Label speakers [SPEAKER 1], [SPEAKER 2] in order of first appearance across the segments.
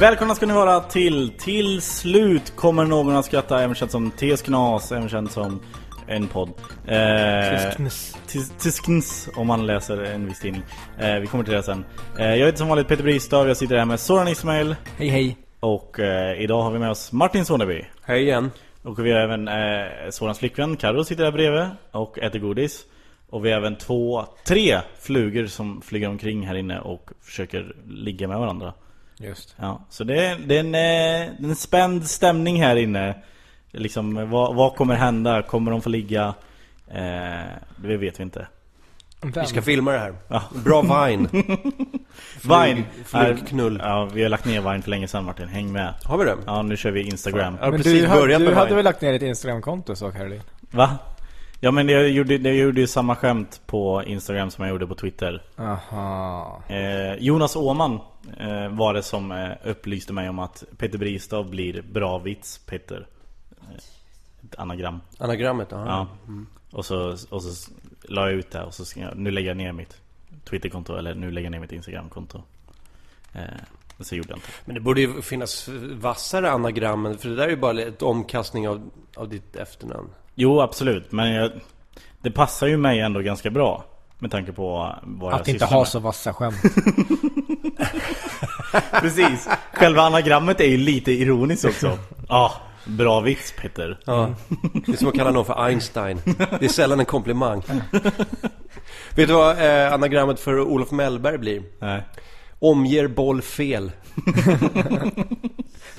[SPEAKER 1] Välkomna ska ni vara till Till slut kommer någon att skratta, även känd som TS Knas, även känd som en podd. Eh,
[SPEAKER 2] Knas.
[SPEAKER 1] Tis- Tiskns, om man läser en viss tidning. Eh, vi kommer till det sen. Eh, jag heter som vanligt Peter Bristav, jag sitter här med Soran Ismail
[SPEAKER 2] Hej hej.
[SPEAKER 1] och eh, idag har vi med oss Martin Soneby.
[SPEAKER 2] Hej igen.
[SPEAKER 1] Och vi har även eh, Sorans flickvän Carro sitter där bredvid och äter godis. Och vi har även två, tre flugor som flyger omkring här inne och försöker ligga med varandra.
[SPEAKER 2] Just.
[SPEAKER 1] Ja, så det är, det är en, eh, det är en spänd stämning här inne. Liksom, vad, vad kommer hända? Kommer de få ligga? Eh, det vet vi inte.
[SPEAKER 2] Vem?
[SPEAKER 3] Vi ska filma det här.
[SPEAKER 1] Ja.
[SPEAKER 3] Bra Vine.
[SPEAKER 1] Vine! är-
[SPEAKER 3] flugknull.
[SPEAKER 1] Ja, vi har lagt ner Vine för länge sedan Martin, häng med.
[SPEAKER 3] Har vi det?
[SPEAKER 1] Ja, nu kör vi Instagram.
[SPEAKER 3] Ja,
[SPEAKER 2] Men
[SPEAKER 3] precis
[SPEAKER 2] du,
[SPEAKER 3] börjat
[SPEAKER 2] du
[SPEAKER 3] med
[SPEAKER 2] hade
[SPEAKER 3] Vine.
[SPEAKER 2] väl lagt ner ett Instagram-konto sa Caroline?
[SPEAKER 1] Va? Ja men jag gjorde, jag gjorde ju samma skämt på Instagram som jag gjorde på Twitter.
[SPEAKER 2] Aha.
[SPEAKER 1] Eh, Jonas Åhman eh, var det som eh, upplyste mig om att Peter Bristav blir bra vits Peter. Eh, Ett anagram.
[SPEAKER 3] Anagrammet, aha.
[SPEAKER 1] Ja. Och, så, och så la jag ut det här och så skrev jag, nu lägger jag ner mitt Twitterkonto eller nu lägger jag ner mitt Instagramkonto. Eh, men så gjorde jag inte.
[SPEAKER 3] Men det borde ju finnas vassare anagram, för det där är ju bara ett omkastning av, av ditt efternamn.
[SPEAKER 1] Jo absolut, men jag, det passar ju mig ändå ganska bra. Med tanke på vad
[SPEAKER 2] Att
[SPEAKER 1] jag
[SPEAKER 2] inte
[SPEAKER 1] sysslar
[SPEAKER 2] ha
[SPEAKER 1] med.
[SPEAKER 2] så vassa skämt.
[SPEAKER 1] Precis. Själva anagrammet är ju lite ironiskt också. Ja, bra vits Peter.
[SPEAKER 3] Ja. Det är som att kalla någon för Einstein. Det är sällan en komplimang. Vet du vad eh, anagrammet för Olof Mellberg blir?
[SPEAKER 1] Nej,
[SPEAKER 3] Omger boll fel.
[SPEAKER 2] Det är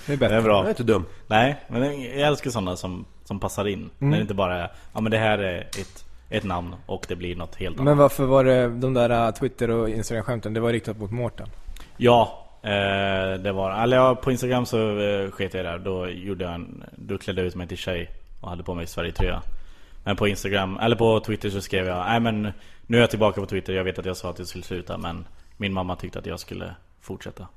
[SPEAKER 1] det är
[SPEAKER 2] bättre.
[SPEAKER 3] Det är
[SPEAKER 1] bra.
[SPEAKER 3] inte dum.
[SPEAKER 1] Nej, men jag älskar sådana som, som passar in.
[SPEAKER 3] Mm.
[SPEAKER 1] När det inte bara är, ja men det här är ett, ett namn och det blir något helt annat.
[SPEAKER 2] Men varför var det de där eh, Twitter och Instagram-skämten, det var riktat mot Mårten?
[SPEAKER 1] Ja, eh, det var Eller ja, på Instagram så eh, sket jag i det där. Då, gjorde jag en, då klädde jag ut mig till tjej och hade på mig Sverige-tröja. Men på Instagram, eller på Twitter så skrev jag Nej men nu är jag tillbaka på Twitter. Jag vet att jag sa att jag skulle sluta men min mamma tyckte att jag skulle fortsätta.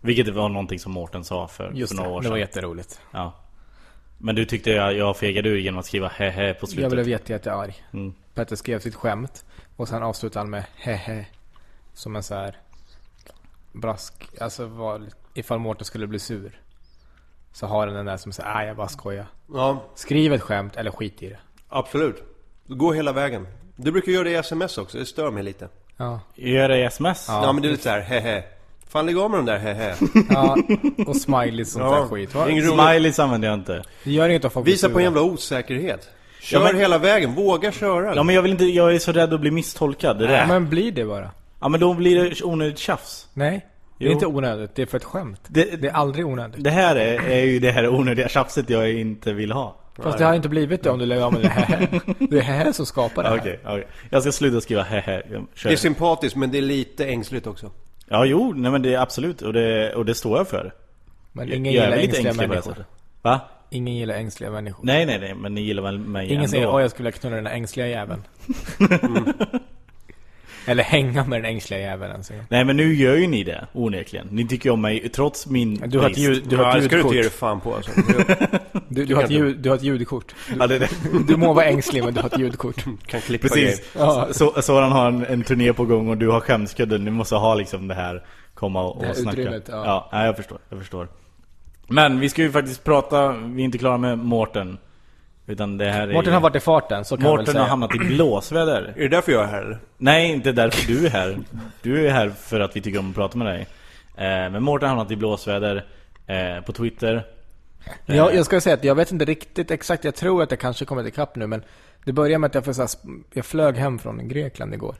[SPEAKER 1] Vilket var någonting som Mårten sa för, för några år
[SPEAKER 2] det var
[SPEAKER 1] sedan.
[SPEAKER 2] jätteroligt.
[SPEAKER 1] Ja. Men du tyckte jag, jag fegade ur genom att skriva hehe på slutet.
[SPEAKER 2] Jag blev jätte, jättearg.
[SPEAKER 1] Mm.
[SPEAKER 2] Petter skrev sitt skämt och sen avslutade han med hehe. Som en så här brask. Alltså var, ifall Mårten skulle bli sur. Så har den den där som säger ah jag bara skojar.
[SPEAKER 3] Ja,
[SPEAKER 2] Skriv ett skämt eller skit i det.
[SPEAKER 3] absolut. Gå hela vägen. Du brukar göra det i sms också, det stör mig lite.
[SPEAKER 2] Ja.
[SPEAKER 1] Gör det i sms?
[SPEAKER 3] Ja, men det är lite såhär, hehe. Fan lägg av med de där hehe.
[SPEAKER 2] Ja, och smileys och sånt där skit. Va?
[SPEAKER 3] Ring Roland.
[SPEAKER 1] Smileys använder jag inte.
[SPEAKER 2] Det gör inget att folk blir
[SPEAKER 3] Visa på en
[SPEAKER 2] sura.
[SPEAKER 3] jävla osäkerhet. Kör
[SPEAKER 1] Ja, men-
[SPEAKER 3] hela vägen, våga köra.
[SPEAKER 1] Ja men jag vill inte, jag är så rädd att bli misstolkad. Det där.
[SPEAKER 2] Ja, men blir det bara?
[SPEAKER 1] Ja men då blir det onödigt tjafs.
[SPEAKER 2] Nej. Det
[SPEAKER 1] Jo.
[SPEAKER 2] är inte onödigt, det är för ett skämt.
[SPEAKER 1] Det-
[SPEAKER 2] Det, är aldrig onödigt.
[SPEAKER 1] Det här är, är ju det här onödiga tjafset jag inte vill ha.
[SPEAKER 2] Fast det har inte blivit det om du lägger av med det här. Det är här som skapar det här.
[SPEAKER 1] Okej, okej. Jag ska sluta skriva hehe. Jag kör.
[SPEAKER 3] Det är sympatiskt men det är lite ängsligt också.
[SPEAKER 1] Ja, jo, nej men det är absolut. Och det, och det står jag för.
[SPEAKER 2] Men
[SPEAKER 1] Jag-
[SPEAKER 2] ingen
[SPEAKER 1] jag är
[SPEAKER 2] gillar
[SPEAKER 1] väl lite
[SPEAKER 2] ängsliga
[SPEAKER 1] ängslig på det
[SPEAKER 2] människor.
[SPEAKER 1] sättet. Va?
[SPEAKER 2] Ingen gillar ängsliga människor.
[SPEAKER 1] Nej, nej, nej, men ni gillar väl mig
[SPEAKER 2] Ingen
[SPEAKER 1] ändå? Mm.
[SPEAKER 2] säger åh jag skulle vilja knulla den där ängsliga jäveln. Eller hänga med den ängsliga jäveln. Alltså.
[SPEAKER 1] Nej men nu gör ju ni det, onekligen. Ni tycker ju om mig trots min
[SPEAKER 2] Du har ett
[SPEAKER 1] brist.
[SPEAKER 2] ljud- du har
[SPEAKER 3] Ja,
[SPEAKER 2] ett
[SPEAKER 3] det ska du inte
[SPEAKER 2] ljudkort.
[SPEAKER 3] ge dig fan på alltså.
[SPEAKER 2] Du, du, har ett ljud, du har ett ljudkort.
[SPEAKER 1] Ja, det är det.
[SPEAKER 2] Du må vara ängslig men du har ett ljudkort.
[SPEAKER 3] Kan klippa grejer.
[SPEAKER 1] Precis.
[SPEAKER 2] Ja.
[SPEAKER 1] Så, Soran har en, en turné på gång och du har skämskudden. Ni måste ha liksom det här, komma och,
[SPEAKER 2] Det här
[SPEAKER 1] och snacka.
[SPEAKER 2] utrymmet, ja.
[SPEAKER 1] ja, nej, jag förstår. Jag förstår. Men vi ska ju faktiskt prata, vi är inte klara med Mårten. Utan det här är
[SPEAKER 2] Mårten har varit i farten, så kan man väl
[SPEAKER 1] Mårten
[SPEAKER 2] säga.
[SPEAKER 1] har hamnat i blåsväder.
[SPEAKER 3] Är det därför jag är här eller?
[SPEAKER 1] Nej, inte därför du är här. Du är här för att vi tycker om att prata med dig. Eh, men Mårten har hamnat i blåsväder eh, på Twitter.
[SPEAKER 3] Eh.
[SPEAKER 2] Jag, jag ska säga att jag vet inte riktigt exakt, jag tror att jag kanske kommit ikapp nu men det började med att jag, får så här, sp- jag flög hem från Grekland igår.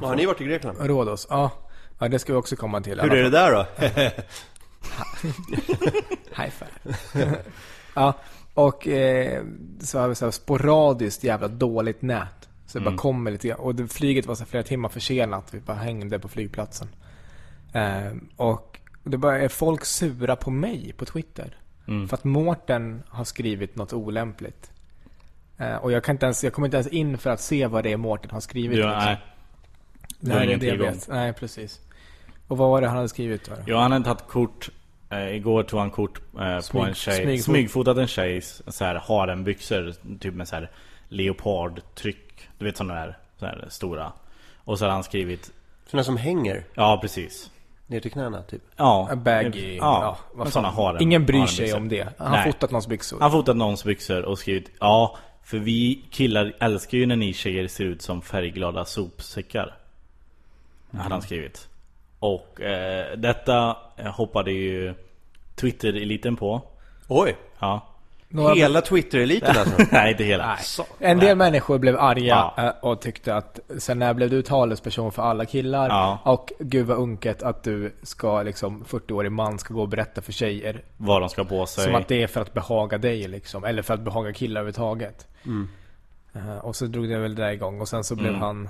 [SPEAKER 3] Ja, har ni varit i Grekland?
[SPEAKER 2] Rhodos, ja. Ja det ska vi också komma till.
[SPEAKER 3] Hur är det där då?
[SPEAKER 2] High five. ja, och eh, så har vi så här sporadiskt jävla dåligt nät. Så det
[SPEAKER 1] Mm.
[SPEAKER 2] bara kommer lite grann. Och det, flyget var så här flera timmar försenat. Vi bara hängde på flygplatsen. Eh, och det bara är folk sura på mig på Twitter.
[SPEAKER 1] Mm.
[SPEAKER 2] För att Mårten har skrivit något olämpligt. Eh, och jag, kan inte ens, jag kommer inte ens in för att se vad det är Mårten har skrivit.
[SPEAKER 1] Du,
[SPEAKER 2] liksom.
[SPEAKER 1] nej. du har
[SPEAKER 2] Nej,
[SPEAKER 1] ingen
[SPEAKER 2] det jag
[SPEAKER 1] tillgång.
[SPEAKER 2] vet. Nej, precis. Och vad var det han hade skrivit då?
[SPEAKER 1] Ja, han hade tagit kort eh, Igår tog han kort eh,
[SPEAKER 2] Smyg-
[SPEAKER 1] på en tjej
[SPEAKER 2] smygfot.
[SPEAKER 1] Smygfotat en tjej så här, har en byxor Typ med så här leopardtryck Du vet sådana där, så här stora Och så har han skrivit
[SPEAKER 3] Sådana som hänger
[SPEAKER 1] Ja precis
[SPEAKER 3] ner till knäna typ.
[SPEAKER 1] Ja,
[SPEAKER 2] A baggy.
[SPEAKER 1] ja,
[SPEAKER 2] vad
[SPEAKER 1] men
[SPEAKER 2] fan.
[SPEAKER 1] såna har en-
[SPEAKER 2] Ingen
[SPEAKER 1] har
[SPEAKER 2] bryr
[SPEAKER 1] en
[SPEAKER 2] sig
[SPEAKER 1] byxor.
[SPEAKER 2] om det. Han har
[SPEAKER 1] Nej.
[SPEAKER 2] fotat någons byxor.
[SPEAKER 1] Han fotat någons byxor och skrivit Ja, för vi killar älskar ju när ni tjejer ser ut som färgglada sopsäckar Hade
[SPEAKER 2] Mm.
[SPEAKER 1] han skrivit Och eh, detta eh, hoppade ju Twitter-eliten på
[SPEAKER 3] Oj!
[SPEAKER 1] Ja
[SPEAKER 2] Några-
[SPEAKER 3] Hela Twitter-eliten alltså.
[SPEAKER 1] Nej inte hela
[SPEAKER 3] Så.
[SPEAKER 2] en del människor blev arga
[SPEAKER 1] Ja.
[SPEAKER 2] eh, och tyckte att sen när blev du talesperson för alla killar?
[SPEAKER 1] Ja.
[SPEAKER 2] Och gud vad unket att du ska liksom 40-årig man ska gå och berätta för tjejer.
[SPEAKER 1] Vad de ska ha på sig
[SPEAKER 2] Som att det är för att behaga dig liksom. Eller för att behaga killar överhuvudtaget.
[SPEAKER 1] Mm.
[SPEAKER 2] Eh, och så drog det väl det där igång och sen så blev han...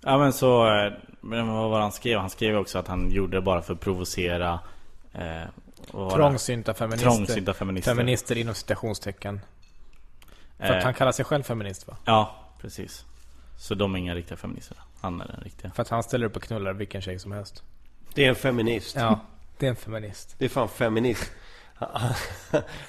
[SPEAKER 1] Ja men så, eh, men vad var det han skrev? Han skrev också att han gjorde det bara för att provocera eh, vad var det?
[SPEAKER 2] Trångsynta feminister.
[SPEAKER 1] Trångsynta feminister.
[SPEAKER 2] Feminister inom citationstecken. För
[SPEAKER 1] Eh.
[SPEAKER 2] att han kallar sig själv feminist va?
[SPEAKER 1] Ja, precis. Så de är inga riktiga feminister. Han är den riktiga.
[SPEAKER 2] För att han ställer upp och knullar vilken tjej som helst.
[SPEAKER 3] Det är en feminist.
[SPEAKER 2] Ja, det är en feminist.
[SPEAKER 3] Det är fan feminist.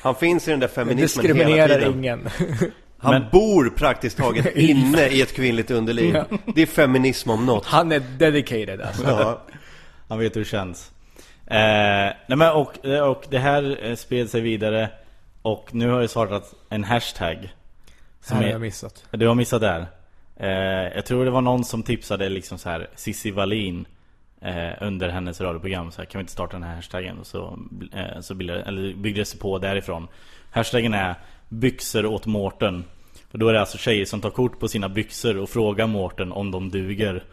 [SPEAKER 3] Han finns i den där feminismen hela
[SPEAKER 2] Diskriminerar
[SPEAKER 3] tiden.
[SPEAKER 2] ingen.
[SPEAKER 3] Han bor praktiskt taget inne i ett kvinnligt underliv.
[SPEAKER 2] Ja.
[SPEAKER 3] Det är feminism om något.
[SPEAKER 2] Han är dedicated alltså.
[SPEAKER 3] Ja.
[SPEAKER 1] Han vet hur det känns. Eh, nej men och, och det här eh, spred sig vidare. Och nu har det startat en hashtag.
[SPEAKER 2] Som har jag missat.
[SPEAKER 1] Du har missat där. Eh, jag tror det var någon som tipsade liksom så här Cissi Wallin eh, under hennes radioprogram. Så här, kan vi inte starta den här hashtaggen? Och så, eh, så bildade, eller byggde det sig på därifrån. Hashtaggen är byxor åt Mårten. Och då är det alltså tjejer som tar kort på sina byxor och frågar Mårten om de duger.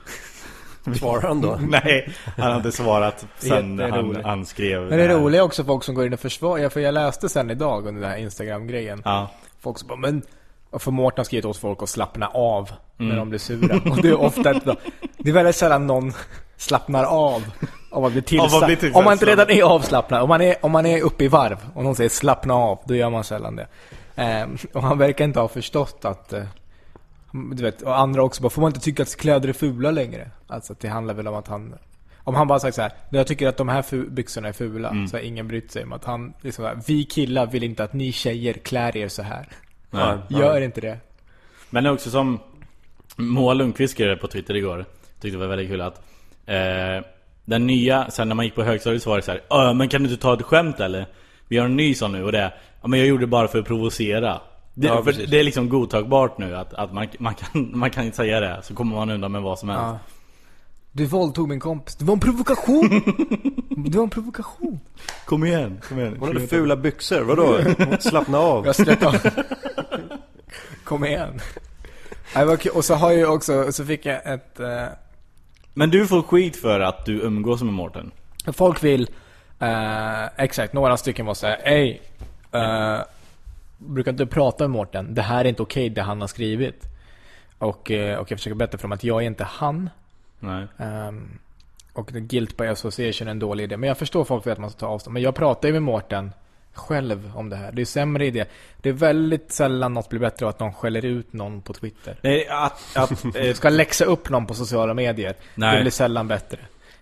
[SPEAKER 3] Svarar han då?
[SPEAKER 1] Nej, han har inte svarat sen han,
[SPEAKER 2] Jätteroligt.
[SPEAKER 1] han skrev
[SPEAKER 2] Men det
[SPEAKER 1] här.
[SPEAKER 2] roliga är också folk som går in och försvarar, för jag läste sen idag under den här Instagram-grejen.
[SPEAKER 1] Ja.
[SPEAKER 2] Folk som bara, men... Och för Mårten har skrivit åt folk att slappna av
[SPEAKER 3] Mm.
[SPEAKER 2] när de blir sura. Och det är ofta ett, Det är väldigt sällan någon slappnar av om
[SPEAKER 1] Av
[SPEAKER 2] man blir
[SPEAKER 1] att bli
[SPEAKER 2] tillsagd.
[SPEAKER 1] tillsagd.
[SPEAKER 2] Om man inte redan är avslappnad. Om man är, om man är uppe i varv och någon säger slappna av, då gör man sällan det. Ehm, och han verkar inte ha förstått att... eh, Du vet, och andra också bara, får man inte tycka att kläder är fula längre? Alltså att det handlar väl om att han... Om han bara sagt så här, jag tycker att de här fu- byxorna är fula,
[SPEAKER 1] Mm.
[SPEAKER 2] så har ingen brytt sig om att han liksom så här, vi killar vill inte att ni tjejer klär er så här.
[SPEAKER 1] Ja.
[SPEAKER 2] Gör inte det.
[SPEAKER 1] Men det är också som Moa Lundqvist skrev det på Twitter igår Tyckte det var väldigt kul att eh, Den nya, sen när man gick på högstadiet så var det så här, "Ö, men kan du inte ta ett skämt eller? Vi har en ny sån nu och det är Ja men jag gjorde det bara för att provocera det,
[SPEAKER 3] Ja,
[SPEAKER 1] för
[SPEAKER 3] precis.
[SPEAKER 1] det är liksom godtagbart nu att, att man, man, kan, man kan inte säga det Så kommer man undan med vad som helst
[SPEAKER 2] Ja. Du våldtog min kompis. Det var en provokation! det var en provokation.
[SPEAKER 1] Kom igen, kom igen
[SPEAKER 3] Hon hade fula byxor, vadå? Slappna av.
[SPEAKER 2] Jag släppte av. Kom igen. Nej, vad kul. Och så har jag ju också, så fick jag ett... Eh,
[SPEAKER 1] Men du får skit för att du umgås med Mårten
[SPEAKER 2] folk vill, eh, exakt, några stycken var såhär, ey, eh, brukar inte prata med Mårten? Det här är inte okej det han har skrivit. Och, eh, och jag försöker berätta för dem att jag är inte han.
[SPEAKER 1] Nej
[SPEAKER 2] Ehm, och the guilt by association är en dålig idé. Men jag förstår folk för att man ska ta avstånd. Men jag pratar ju med Mårten själv om det här. Det är sämre idé. Det är väldigt sällan något blir bättre av att någon skäller ut någon på Twitter.
[SPEAKER 1] Nej, att, att, eh,
[SPEAKER 2] Du ska läxa upp någon på sociala medier.
[SPEAKER 1] Nej.
[SPEAKER 2] Det blir sällan bättre.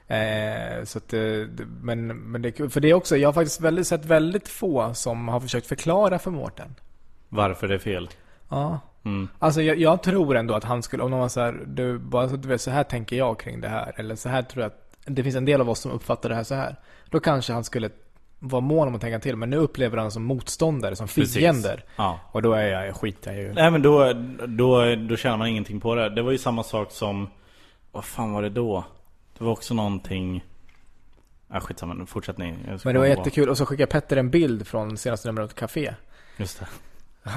[SPEAKER 2] Eh, så att, eh, det- men, men det, är kul. för det är också, jag har faktiskt väldigt, sett väldigt få som har försökt förklara för Mårten.
[SPEAKER 1] varför det är fel.
[SPEAKER 2] Ja.
[SPEAKER 1] Mm.
[SPEAKER 2] Alltså jag, jag tror ändå att han skulle, om någon var så här, du, bara så att du vet, så här tänker jag kring det här. Eller så här tror jag att det finns en del av oss som uppfattar det här så här. Då kanske han skulle vara mån om att tänka till. Men nu upplever han som motståndare, som
[SPEAKER 1] Precis.
[SPEAKER 2] fiender.
[SPEAKER 1] Ja.
[SPEAKER 2] Och då är jag, skit jag ju.
[SPEAKER 1] Nej men då, då, då tjänar man ingenting på det. Det var ju samma sak som... Vad fan var det då? Det var också någonting... Ja skitsamma, fortsätt ni. Jag ska
[SPEAKER 2] Men det var
[SPEAKER 1] komma på.
[SPEAKER 2] jättekul. Och så skickade Petter en bild från senaste numret av Café.
[SPEAKER 1] Just det.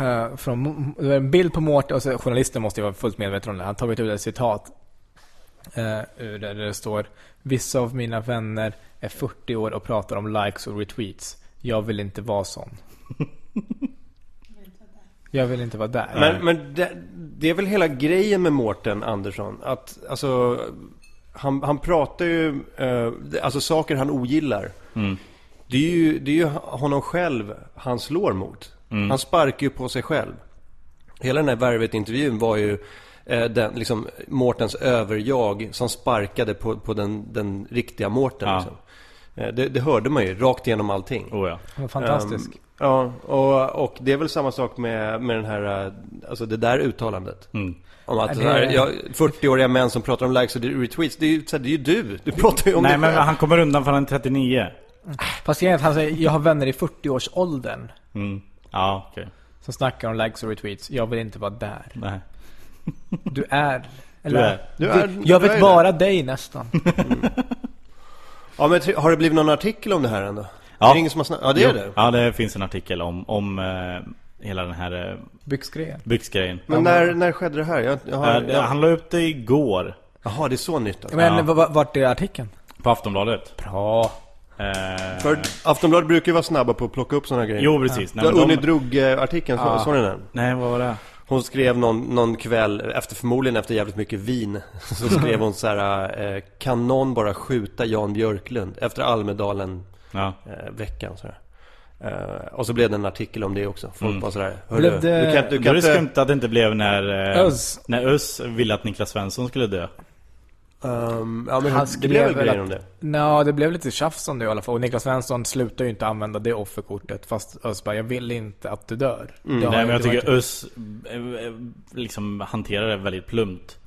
[SPEAKER 2] Eh, från, det var en bild på Mårten, och så, journalisten måste ju vara fullt medveten om det. Han har tagit ut ett citat. eh, ur det, där det står Vissa av mina vänner är 40 år och pratar om likes och retweets. Jag vill inte vara sån. Jag vill inte vara där.
[SPEAKER 3] Men, men det, det är väl hela grejen med Mårten Andersson. Att, alltså, han, han pratar ju, eh, alltså saker han ogillar. Det, är ju, det är ju honom själv han slår mot. Han sparkar ju på sig själv. Hela den här Värvet-intervjun var ju eh, den, liksom, Mårtens överjag som sparkade på, på den, den riktiga Mårten.
[SPEAKER 1] Ja.
[SPEAKER 3] Liksom. Eh, det, det hörde man ju, rakt igenom allting.
[SPEAKER 1] Oh, ja.
[SPEAKER 2] Han var fantastisk.
[SPEAKER 3] Ehm, ja, och, och det är väl samma sak med, med den här, eh, alltså det där uttalandet.
[SPEAKER 1] Mm.
[SPEAKER 3] Om att
[SPEAKER 2] Ja, det-
[SPEAKER 3] så här, jag, 40-åriga män som pratar om likes och retweets, det är ju, så här, det är ju du. Du pratar ju om
[SPEAKER 1] Nej
[SPEAKER 3] dig
[SPEAKER 1] men
[SPEAKER 3] själv.
[SPEAKER 1] han kommer undan för han är 39.
[SPEAKER 2] Fast grejen är att han säger jag har vänner i 40-årsåldern
[SPEAKER 1] Mm. Ja okej.
[SPEAKER 2] som snackar om likes och retweets. Jag vill inte vara där.
[SPEAKER 1] Nej.
[SPEAKER 2] Du är.
[SPEAKER 1] är-
[SPEAKER 3] du är-
[SPEAKER 2] vi- jag
[SPEAKER 3] du är
[SPEAKER 2] vet
[SPEAKER 3] det.
[SPEAKER 2] bara dig nästan.
[SPEAKER 3] Ja, men har det blivit någon artikel om det här ändå?
[SPEAKER 1] Ja.
[SPEAKER 3] Är det ingen som har snackat? Ja, det är
[SPEAKER 1] Jo.
[SPEAKER 3] det.
[SPEAKER 1] Ja det finns en artikel om, om eh, hela den här eh,
[SPEAKER 2] Byxgrejen.
[SPEAKER 1] byxgrejen.
[SPEAKER 3] Men när, när skedde det här? Jag, jag har,
[SPEAKER 1] Eh, det-
[SPEAKER 3] jag,
[SPEAKER 1] Han la upp det igår.
[SPEAKER 3] jaha, det är så nytt alltså.
[SPEAKER 2] Men v- v- vart är artikeln?
[SPEAKER 1] På Aftonbladet.
[SPEAKER 2] Bra.
[SPEAKER 1] Eh,
[SPEAKER 3] För Aftonbladet brukar ju vara snabba på att plocka upp sådana grejer.
[SPEAKER 1] Jo precis.
[SPEAKER 3] Du
[SPEAKER 1] Nej, men
[SPEAKER 3] har
[SPEAKER 1] de-
[SPEAKER 3] Unidrog-artikeln, så, såg ni den?
[SPEAKER 1] Nej vad var det?
[SPEAKER 3] Hon skrev någon, någon kväll, efter, förmodligen efter jävligt mycket vin, så skrev hon så här: eh, Kan någon bara skjuta Jan Björklund? Efter Almedalen
[SPEAKER 1] Ja.
[SPEAKER 3] eh, veckan så här. Eh, och så blev det en artikel om det också. Folk bara sådär, hörru,
[SPEAKER 2] Mm. Blev det-
[SPEAKER 3] du kan, du
[SPEAKER 1] Eh, Då
[SPEAKER 3] kan
[SPEAKER 1] är det
[SPEAKER 3] inte...
[SPEAKER 1] skumt att det inte blev när eh,
[SPEAKER 2] Özz.
[SPEAKER 1] när Özz ville att Niklas Svensson skulle dö.
[SPEAKER 3] Ehm, ja, men
[SPEAKER 2] Han
[SPEAKER 3] det
[SPEAKER 2] skrev
[SPEAKER 3] blev väl
[SPEAKER 2] väl
[SPEAKER 3] grejer
[SPEAKER 2] att-
[SPEAKER 3] om det.
[SPEAKER 2] Nå, det blev lite tjafs om det i alla fall. Och Niklas Svensson slutar ju inte använda det offerkortet. Fast Östberg, jag vill inte att du dör. Det har
[SPEAKER 1] Mm. Nej
[SPEAKER 2] ju
[SPEAKER 1] men jag
[SPEAKER 2] inte
[SPEAKER 1] tycker
[SPEAKER 2] varit-
[SPEAKER 1] Özz eh, eh, liksom hanterar det väldigt plumpt.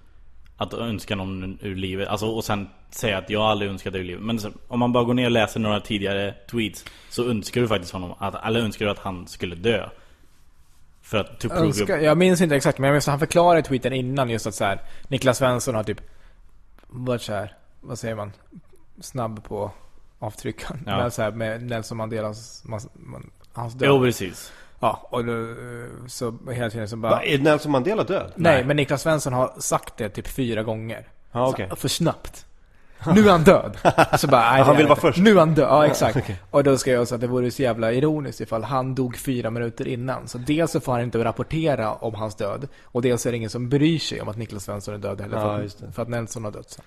[SPEAKER 1] Att önska någon ur livet, alltså, och sen säga att jag aldrig önskat dig ur livet. Men så, om man bara går ner och läser några tidigare tweets Så önskar du faktiskt honom, att, eller önskar du att han skulle dö. För att to prove
[SPEAKER 2] Önskar-
[SPEAKER 1] your-
[SPEAKER 2] jag minns inte exakt, men jag minns att han förklarade i tweeten innan just att så här, Niklas Svensson har typ varit så här, vad säger man, snabb på avtryckaren.
[SPEAKER 1] Ja.
[SPEAKER 2] Men så här, med Nelson Mandelas, man, man, hans död.
[SPEAKER 1] Jo precis.
[SPEAKER 2] Ja, och då, eh, så hela tiden så bara...
[SPEAKER 3] Va, är Nelson Mandela död?
[SPEAKER 2] Nej,
[SPEAKER 1] Nej.
[SPEAKER 2] men Niklas Svensson har sagt det typ fyra gånger.
[SPEAKER 3] Ja, okej.
[SPEAKER 2] så, för snabbt. Nu är han död. Så bara, nej,
[SPEAKER 3] Han vill
[SPEAKER 2] jag vet
[SPEAKER 3] vara
[SPEAKER 2] inte.
[SPEAKER 3] först.
[SPEAKER 2] Nu är han död, ja exakt. Och då skrev jag så att det vore så jävla ironiskt ifall han dog fyra minuter innan. Så dels så får han inte rapportera om hans död. Och dels är det ingen som bryr sig om att Niklas Svensson är död heller.
[SPEAKER 3] Ja,
[SPEAKER 2] för,
[SPEAKER 3] just det.
[SPEAKER 2] att, för att Nelson har dött sen.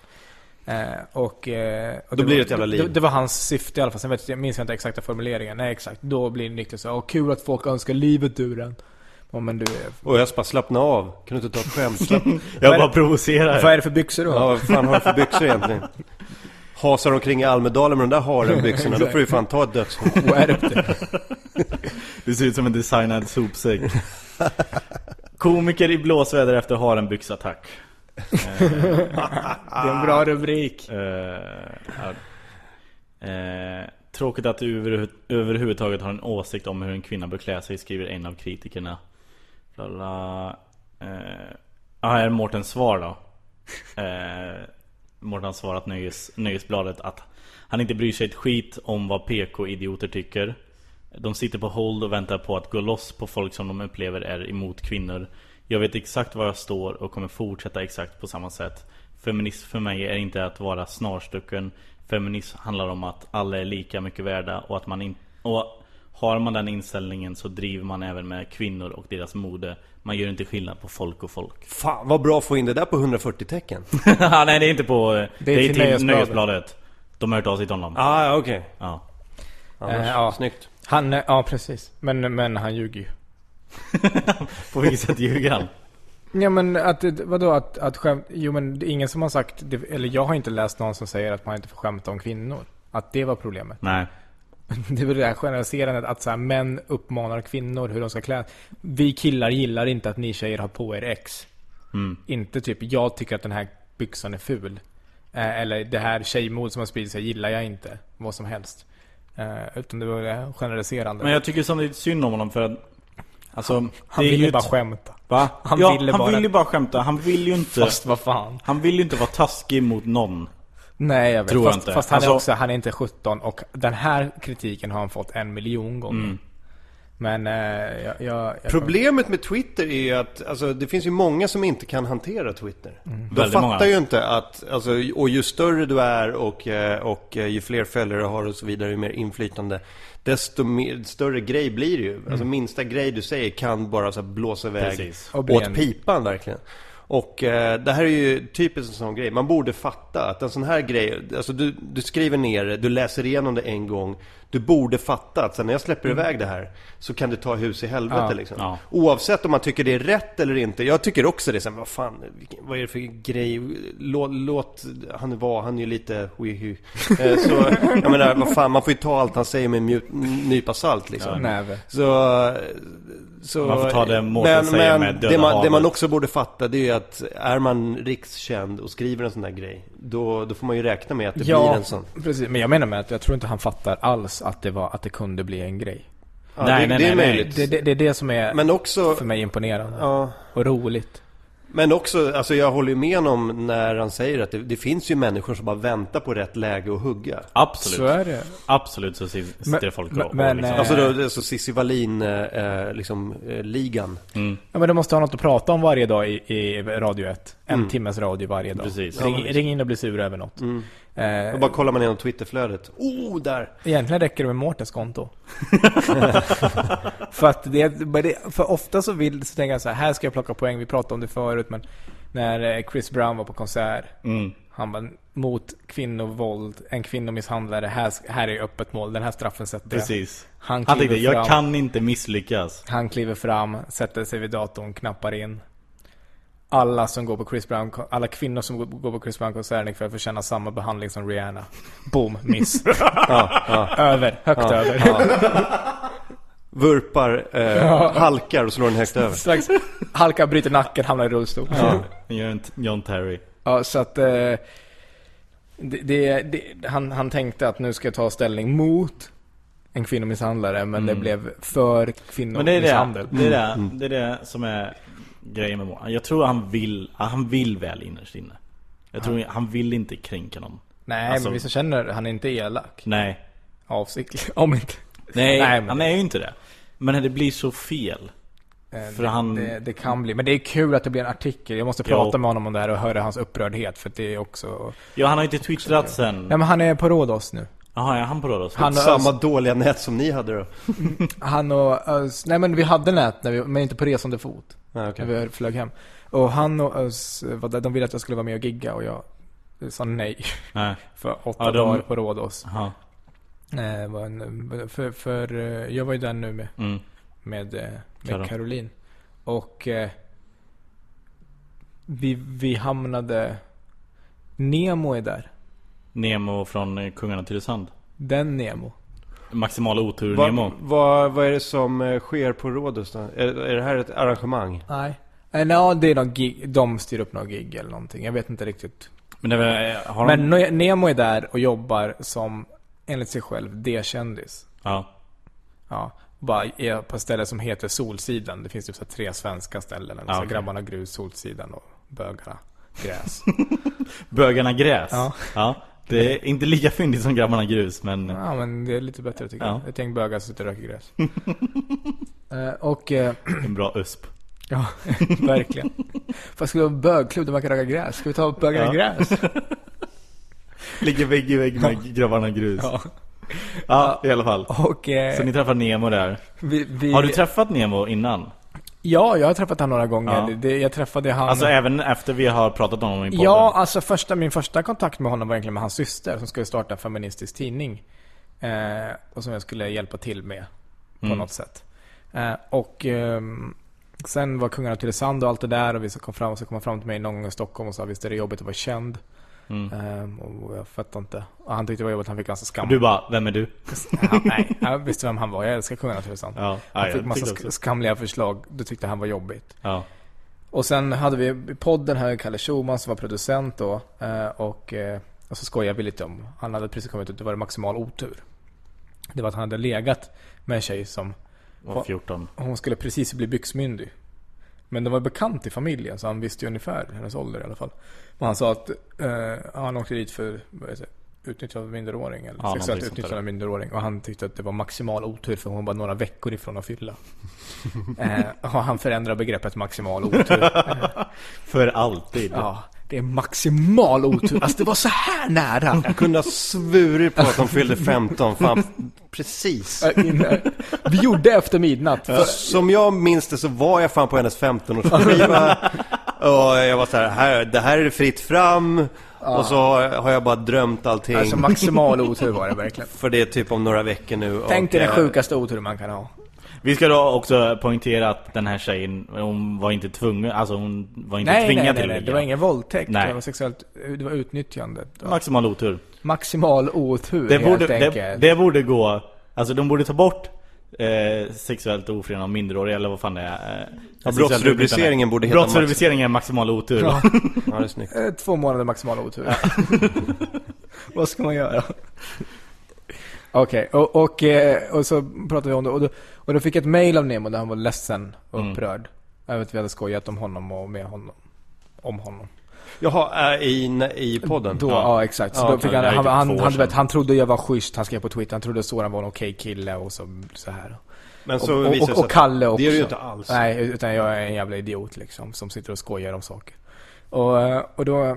[SPEAKER 2] Eh, och, eh, och
[SPEAKER 3] Då blir
[SPEAKER 2] var,
[SPEAKER 3] det ett jävla liv.
[SPEAKER 2] Det, det var hans syfte i alla fall. Sen vet, jag minns jag inte exakta formuleringen. Nej exakt. Då blir Niklas så, åh kul att folk önskar livet ur en. Ja, men du är
[SPEAKER 3] Och jag bara, slappna av. Kan du inte ta ett skämt? Slappna-
[SPEAKER 1] Jag bara provocerar.
[SPEAKER 2] Vad är det för byxor du har?
[SPEAKER 3] ja, vad fan har du för byxor egentligen? Hasar omkring i Almedalen med de där harenbyxorna, då får du fan ta ett dödshot.
[SPEAKER 2] Och är upp det.
[SPEAKER 1] Det ser ut som en designad sopsäck. Komiker i blåsväder efter harenbyxattack.
[SPEAKER 2] Det är en bra rubrik.
[SPEAKER 1] Eh, ja. Eh, tråkigt att du över, överhuvudtaget har en åsikt om hur en kvinna bör klä sig, skriver en av kritikerna. Bla, bla, bla. Eh, ah, här är Mårtens svar då. Eh, Mårten har svarat nöjes, Nöjesbladet att han inte bryr sig ett skit om vad PK-idioter tycker. De sitter på hold och väntar på att gå loss på folk som de upplever är emot kvinnor. Jag vet exakt var jag står och kommer fortsätta exakt på samma sätt. Feminism för mig är inte att vara snarstucken. Feminism handlar om att alla är lika mycket värda och att man inte... Och har man den inställningen så driver man även med kvinnor och deras mode. Man gör inte skillnad på folk och folk.
[SPEAKER 3] Fan vad bra att få in det där på 140 tecken.
[SPEAKER 1] Ja, Nej det är inte på... eh, Det är,
[SPEAKER 2] till
[SPEAKER 1] till
[SPEAKER 2] Nöjesbladet.
[SPEAKER 1] Nöjesbladet. De har hört av sig till honom.
[SPEAKER 3] Ah, okej.
[SPEAKER 1] Ja.
[SPEAKER 3] Annars,
[SPEAKER 2] Eh, ja.
[SPEAKER 3] Snyggt.
[SPEAKER 2] Han, eh, ja precis. Men, men han ljuger ju.
[SPEAKER 1] På vilket sätt ljuger han?
[SPEAKER 2] Ja men att, det- vadå att, att skämt, jo men det är ingen som har sagt, det, eller jag har inte läst någon som säger att man inte får skämta om kvinnor. Att det var problemet.
[SPEAKER 1] Nej.
[SPEAKER 2] Det är väl det här generaliserandet att så här, män uppmanar kvinnor hur de ska klä Vi killar gillar inte att ni tjejer har på er X.
[SPEAKER 1] Mm.
[SPEAKER 2] Inte typ, jag tycker att den här byxan är ful. Eh, eller det här tjejmod som har spridit sig gillar jag inte. Vad som helst. Eh, utan det var det här generaliserande.
[SPEAKER 1] Men jag tycker samtidigt synd om honom för att... Alltså,
[SPEAKER 2] han
[SPEAKER 1] det är
[SPEAKER 2] ville
[SPEAKER 1] ju
[SPEAKER 2] bara
[SPEAKER 1] ett-
[SPEAKER 2] skämta.
[SPEAKER 1] Va?
[SPEAKER 2] Han
[SPEAKER 1] ja,
[SPEAKER 2] ville
[SPEAKER 1] han
[SPEAKER 2] bara-
[SPEAKER 1] ville ju bara skämta. Han vill ju inte...
[SPEAKER 2] Fast vad fan.
[SPEAKER 1] Han vill ju inte vara taskig mot någon.
[SPEAKER 2] Nej jag vet.
[SPEAKER 1] Tror jag
[SPEAKER 2] fast,
[SPEAKER 1] inte.
[SPEAKER 2] fast han är
[SPEAKER 1] Alltså-
[SPEAKER 2] också, han är inte 17 och den här kritiken har han fått en miljon gånger. Men eh, jag, jag, jag
[SPEAKER 3] Problemet med Twitter är ju att alltså, det finns ju många som inte kan hantera Twitter.
[SPEAKER 2] Mm.
[SPEAKER 3] De
[SPEAKER 1] Väldigt
[SPEAKER 3] fattar
[SPEAKER 1] många.
[SPEAKER 3] ju inte att, alltså, och ju större du är och, eh, och eh, ju fler följare du har och så vidare, ju mer inflytande, desto mer, större grej blir det ju. Alltså minsta grej du säger kan bara så här, blåsa iväg
[SPEAKER 1] Precis.
[SPEAKER 2] Mm. Och bli en-
[SPEAKER 3] åt pipan verkligen. Och eh, det här är ju typiskt en sån grej. Man borde fatta att en sån här grej, alltså du, du skriver ner det, du läser igenom det en gång. Du borde fatta att sen när jag släpper iväg det här så kan det ta hus i helvete liksom.
[SPEAKER 1] Mm. ja.
[SPEAKER 3] Oavsett om man tycker det är rätt eller inte. Jag tycker också det. Sen, vad fan, vilken- vad är det för grej? Låt, låt han vara, han är ju lite wihu. Eh, Så, jag menar, vad fan, man får ju ta allt han säger med en mjuk- nypa salt liksom.
[SPEAKER 2] Näve.
[SPEAKER 3] Så, så...
[SPEAKER 1] Man får ta det Mårten säger med döda
[SPEAKER 3] det man, det
[SPEAKER 1] havet.
[SPEAKER 3] man också borde fatta det är ju att är man rikskänd och skriver en sån där grej, då, då får man ju räkna med att det blir en sån.
[SPEAKER 2] precis. Men jag menar med att jag tror inte han fattar alls att det, var, att det kunde bli en grej.
[SPEAKER 3] Ja,
[SPEAKER 1] Nej,
[SPEAKER 3] det,
[SPEAKER 1] nej,
[SPEAKER 3] det är
[SPEAKER 1] nej, nej.
[SPEAKER 3] möjligt.
[SPEAKER 2] Det, det, det är det som är
[SPEAKER 3] Men också...
[SPEAKER 2] för mig imponerande.
[SPEAKER 3] Ja.
[SPEAKER 2] Och roligt.
[SPEAKER 3] Men också, alltså jag håller ju med honom när han säger att det, det finns ju människor som bara väntar på rätt läge att hugga.
[SPEAKER 1] Absolut.
[SPEAKER 2] Så är det.
[SPEAKER 1] Absolut så sit- sitter
[SPEAKER 2] Men-
[SPEAKER 1] folk
[SPEAKER 2] men-
[SPEAKER 1] och,
[SPEAKER 2] men,
[SPEAKER 1] och liksom...
[SPEAKER 2] eh,
[SPEAKER 3] Alltså då, det är så Cissi Wallin, eh, eh, liksom, eh, ligan.
[SPEAKER 2] Ja, men du måste ha något att prata om varje dag i, i Radio 1. En
[SPEAKER 3] Mm.
[SPEAKER 2] timmes radio varje dag.
[SPEAKER 1] Precis.
[SPEAKER 2] Ring, ring in och bli sur över något.
[SPEAKER 3] Då
[SPEAKER 2] Eh,
[SPEAKER 3] bara kollar man igenom Twitterflödet. Oh, där!
[SPEAKER 2] egentligen räcker det med Mårtens konto. för, att det, men det, för ofta så vill så tänker jag så här, här ska jag plocka poäng. Vi pratade om det förut men när eh, Chris Brown var på konsert. Han bara mot kvinnovåld, en kvinnomisshandlare. Här, här är öppet mål. Den här straffen sätter jag.
[SPEAKER 1] Precis.
[SPEAKER 2] Han
[SPEAKER 1] Han,
[SPEAKER 2] kliver
[SPEAKER 1] tänkte, jag
[SPEAKER 2] fram.
[SPEAKER 1] kan inte misslyckas.
[SPEAKER 2] Han kliver fram, sätter sig vid datorn, knappar in. Alla som går på Chris Brown, alla kvinnor som går- går på Chris Brown-konserten ikväll får känna samma behandling som Rihanna. Boom, miss. Över, högt över.
[SPEAKER 3] Vurpar, eh, halkar och slår den högt över.
[SPEAKER 2] Strax halkar, bryter nacken, hamnar i rullstol. Ja,
[SPEAKER 1] Gör en t- John Terry.
[SPEAKER 2] så att... Eh, det, det, det, han, han tänkte att nu ska jag ta ställning mot en kvinnomisshandlare, men det blev för
[SPEAKER 1] Mm. Men det är
[SPEAKER 2] kvinnomisshandel.
[SPEAKER 1] det, det, är
[SPEAKER 2] Mm,
[SPEAKER 1] det, det är det som är grejen med Mårten. Jag tror han vill, han vill väl innerst inne. Jag tror han vill inte kränka någon.
[SPEAKER 2] Nej,
[SPEAKER 1] Alltså-
[SPEAKER 2] men vi som känner, han är inte elak.
[SPEAKER 1] Nej.
[SPEAKER 2] Avsiktligt, om inte...
[SPEAKER 1] Nej,
[SPEAKER 2] Nej, men-
[SPEAKER 1] han är ju inte det. Men det blir så fel. För han...
[SPEAKER 2] Eh, Det, det kan bli, men det är kul att det blir en artikel. Jag måste
[SPEAKER 1] Ja.
[SPEAKER 2] prata med honom om det här och höra hans upprördhet för att det är också...
[SPEAKER 1] Ja, han har ju inte twittrat sen.
[SPEAKER 2] Nej men han är på Rhodos nu.
[SPEAKER 1] Jaha, är han på Rhodos?
[SPEAKER 2] Han och,
[SPEAKER 3] Samma
[SPEAKER 2] Ös,
[SPEAKER 3] dåliga nät som ni hade då.
[SPEAKER 2] han och Ös, Nej men vi hade nät när vi, men inte på resande fot.
[SPEAKER 3] Ah, okej.
[SPEAKER 2] När vi flög hem. Och han och Ös var där, de ville att jag skulle vara med och gigga och jag sa nej.
[SPEAKER 1] Nej.
[SPEAKER 2] För åtta
[SPEAKER 1] Ja, de-
[SPEAKER 2] dagar på Rhodos.
[SPEAKER 1] Jaha.
[SPEAKER 2] Eh, var en, för, för eh, jag var ju där nu med,
[SPEAKER 1] Mm.
[SPEAKER 2] med, eh, med
[SPEAKER 1] Karo.
[SPEAKER 2] Caroline. Och eh, vi, vi hamnade... Nemo är där.
[SPEAKER 1] Nemo från eh, Kungarna av Tylösand.
[SPEAKER 2] Den Nemo.
[SPEAKER 1] Maximal
[SPEAKER 3] Vad
[SPEAKER 1] otur-Nemo.
[SPEAKER 3] vad- vad är det som eh, sker på Rhodos då? Är, är det här ett arrangemang?
[SPEAKER 2] Nej. Eh, Nej, no, det är någon gig. De styr upp någon gig eller någonting. Jag vet inte riktigt.
[SPEAKER 1] Men det var, eh, har de...
[SPEAKER 2] Men Ne- Nemo är där och jobbar som, enligt sig själv, D-kändis.
[SPEAKER 1] Ja.
[SPEAKER 2] Ja. Bara är på ett ställe som heter Solsidan. Det finns typ så här tre svenska ställen. så
[SPEAKER 1] Ah, okej.
[SPEAKER 2] Grabbarna Grus, Solsidan och Bögarna Gräs.
[SPEAKER 1] Bögarna Gräs.
[SPEAKER 2] Ja.
[SPEAKER 1] Ja. Det är inte lika fyndigt som Grabbarna Grus, men...
[SPEAKER 2] Ja, men det är lite bättre tycker
[SPEAKER 1] Ja.
[SPEAKER 2] jag. Ett gäng bögar som sitter och röker gräs. Eh, och, eh,
[SPEAKER 1] En bra USP.
[SPEAKER 2] ja, verkligen. Fast skulle vi ha en bögklubb där man kan röka gräs? Ska vi ta bögarna
[SPEAKER 1] Ja.
[SPEAKER 2] gräs?
[SPEAKER 1] Ligger vägg i vägg med Grabbarna Grus. Ja. i alla fall.
[SPEAKER 2] Och, eh,
[SPEAKER 1] Så ni träffar Nemo där.
[SPEAKER 2] vi, vi...
[SPEAKER 1] Har du träffat Nemo innan?
[SPEAKER 2] Ja, jag har träffat honom några gånger.
[SPEAKER 1] Ja.
[SPEAKER 2] Det- Det, jag träffade han...
[SPEAKER 1] Alltså även efter vi har pratat om honom i podden?
[SPEAKER 2] ja, alltså första, min första kontakt med honom var egentligen med hans syster som skulle starta en feministisk tidning. Eh, Eh, och som jag skulle hjälpa till med på
[SPEAKER 1] Mm.
[SPEAKER 2] något sätt. Eh, och ehm, sen var kungarna av Tylösand och allt det där och vi så kom fram och så kom han fram till mig någon gång i Stockholm och sa visst är det jobbigt att vara känd.
[SPEAKER 1] Mm.
[SPEAKER 2] Ehm, och jag fattar inte. Och han tyckte det var jobbigt, han fick ganska skam.
[SPEAKER 1] Du bara, vem är du?
[SPEAKER 2] Ja, nej, jag visste vem han var. Jag älskar kungarna av Tylösand.
[SPEAKER 1] Ja,
[SPEAKER 2] Han
[SPEAKER 1] ja,
[SPEAKER 2] fick
[SPEAKER 1] jag
[SPEAKER 2] massa
[SPEAKER 1] tyckte
[SPEAKER 2] sk-
[SPEAKER 1] också.
[SPEAKER 2] skamliga förslag. Det tyckte han var jobbigt.
[SPEAKER 1] Ja.
[SPEAKER 2] Och sen hade vi i podden här Kalle Schulman som var producent då. eh, Och, eh, och så skojade vi lite om. Han hade precis kommit ut. Det var det maximal otur. Det var att han hade legat med en tjej som
[SPEAKER 1] Var 14.
[SPEAKER 2] hon skulle precis bli byxmyndig. Men de var bekant i familjen så han visste ju ungefär hennes ålder i alla fall. Men han sa att eh, han åkte dit för vad heter det, utnyttjande av minderåring. Eller
[SPEAKER 1] Ja, någonting
[SPEAKER 2] sexuellt
[SPEAKER 1] sånt
[SPEAKER 2] utnyttjande
[SPEAKER 1] där.
[SPEAKER 2] av minderåring. Och han tyckte att det var maximal otur för hon var bara några veckor ifrån att fylla. eh, och han förändrade begreppet maximal otur.
[SPEAKER 1] För alltid.
[SPEAKER 2] Ja, det är maximal otur. Alltså det var så här nära.
[SPEAKER 3] Jag kunde ha svurit på att de fyllde 15, fan precis.
[SPEAKER 2] Äh, Vi gjorde efter midnatt.
[SPEAKER 3] För Som jag minns det så var jag fan på hennes 15-årsskiva. Och jag var så här, här, det här är fritt fram. Och så har jag- har jag bara drömt allting.
[SPEAKER 2] Alltså maximal otur var det verkligen.
[SPEAKER 3] För det är typ om några veckor nu. och,
[SPEAKER 2] Tänk dig den
[SPEAKER 3] eh,
[SPEAKER 2] sjukaste otur man kan ha.
[SPEAKER 1] Vi ska då också poängtera att den här tjejen, hon var inte tvungen, alltså hon var inte
[SPEAKER 2] Nej,
[SPEAKER 1] tvingad till
[SPEAKER 2] nej, nej,
[SPEAKER 1] att
[SPEAKER 2] nej.
[SPEAKER 1] ligga.
[SPEAKER 2] Det var ingen våldtäkt.
[SPEAKER 1] Nej.
[SPEAKER 2] Det var sexuellt, det var utnyttjande. Det var
[SPEAKER 1] Maximal otur.
[SPEAKER 2] Maximal otur
[SPEAKER 1] Det
[SPEAKER 2] helt
[SPEAKER 1] borde,
[SPEAKER 2] enkelt.
[SPEAKER 1] det, det borde gå, alltså de borde ta bort eh, sexuellt ofredande av minderåriga eller vad fan det är. Eh, sexuellt
[SPEAKER 3] brottsrubriceringen
[SPEAKER 1] utnyttjande.
[SPEAKER 3] borde heta
[SPEAKER 1] Brottsrubriceringen är maximal otur.
[SPEAKER 2] Ja.
[SPEAKER 3] Ja, det är snyggt.
[SPEAKER 2] Eh, Två månader maximal otur. Vad ska man göra? Okej, och, och, eh, och så pratade vi om det. Och då, och då fick jag ett mail av Nemo där han var ledsen och upprörd. Över att vi hade skojat om honom och med honom. Om honom.
[SPEAKER 3] Jaha, äh, i, i podden?
[SPEAKER 2] Då, ja. exakt. Så
[SPEAKER 3] Ja,
[SPEAKER 2] då
[SPEAKER 3] okej.
[SPEAKER 2] fick
[SPEAKER 1] Det här är
[SPEAKER 2] han, han,
[SPEAKER 1] typ
[SPEAKER 2] han,
[SPEAKER 1] två år
[SPEAKER 2] han, du vet,
[SPEAKER 1] sedan.
[SPEAKER 2] han trodde jag var schysst. Han skrev på Twitter. Han trodde Soran var en okej kille och så, så här.
[SPEAKER 3] Men
[SPEAKER 2] Och,
[SPEAKER 3] så
[SPEAKER 2] och,
[SPEAKER 3] visade det sig
[SPEAKER 2] och,
[SPEAKER 3] att
[SPEAKER 2] och Kalle också.
[SPEAKER 3] Det är det ju inte alls.
[SPEAKER 2] Nej, utan jag är en jävla idiot liksom. Som sitter och skojar om saker. Och, eh, och då...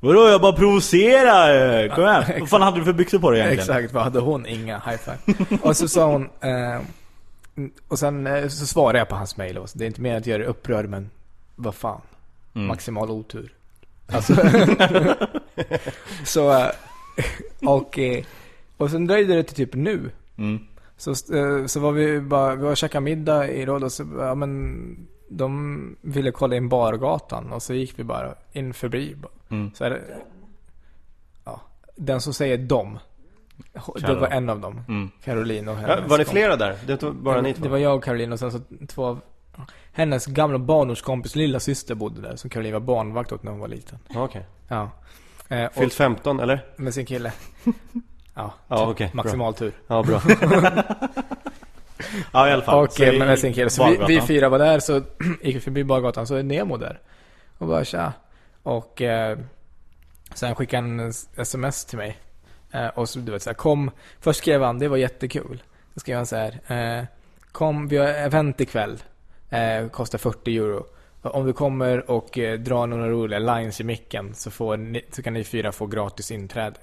[SPEAKER 1] Vadå jag bara provocerar! eh, Kom här. Vad fan hade du för byxor på dig egentligen?
[SPEAKER 2] Exakt, vad hade hon? Inga high five. och så sa hon... Eh, och sen eh, så svarade jag på hans mail. och så, Det är inte meningen att göra dig upprörd men vad fan. Maximal otur. Alltså, så... eh, Och, eh, och sen dröjde det till typ nu.
[SPEAKER 1] Mm.
[SPEAKER 2] Så, eh, så var vi bara, vi var och käkade middag i Råd och så, ja men de ville kolla in bargatan och så gick vi bara in förbi.
[SPEAKER 1] Mm.
[SPEAKER 2] Så är det, ja, den som säger dem, det
[SPEAKER 1] Carol.
[SPEAKER 2] var en av dem.
[SPEAKER 1] Mm.
[SPEAKER 2] Caroline och
[SPEAKER 3] Ja,
[SPEAKER 2] hennes
[SPEAKER 3] Äh, var ni
[SPEAKER 2] kompis.
[SPEAKER 3] flera där? Det var inte bara ni två?
[SPEAKER 2] Det var jag och Caroline och sen så två av hennes gamla barndomskompis lilla syster bodde där som Caroline var barnvakt åt när hon var liten.
[SPEAKER 3] Ja, Ah, okej.
[SPEAKER 2] Ja. Eh, och
[SPEAKER 3] Fyllt 15, eller?
[SPEAKER 2] med sin kille. Ja,
[SPEAKER 3] Ja, okej. bra.
[SPEAKER 2] maximal tur.
[SPEAKER 3] Ja, bra.
[SPEAKER 1] Ja i alla fall.
[SPEAKER 2] Och eh, med med sin kille. Så vi,
[SPEAKER 1] Bargatan.
[SPEAKER 2] vi fyra var där, så gick vi förbi bargatan, så är Nemo där. Och bara tja. Och eh, sen skickade han en s- sms till mig. Eh, och så du vet så här, kom. Först skrev han, det var jättekul. Så skrev han så här, eh, kom vi har event ikväll. Eh, kostar 40 euro. Om du kommer och eh, drar några roliga lines i micken så, får ni, så kan ni fyra få gratis inträde.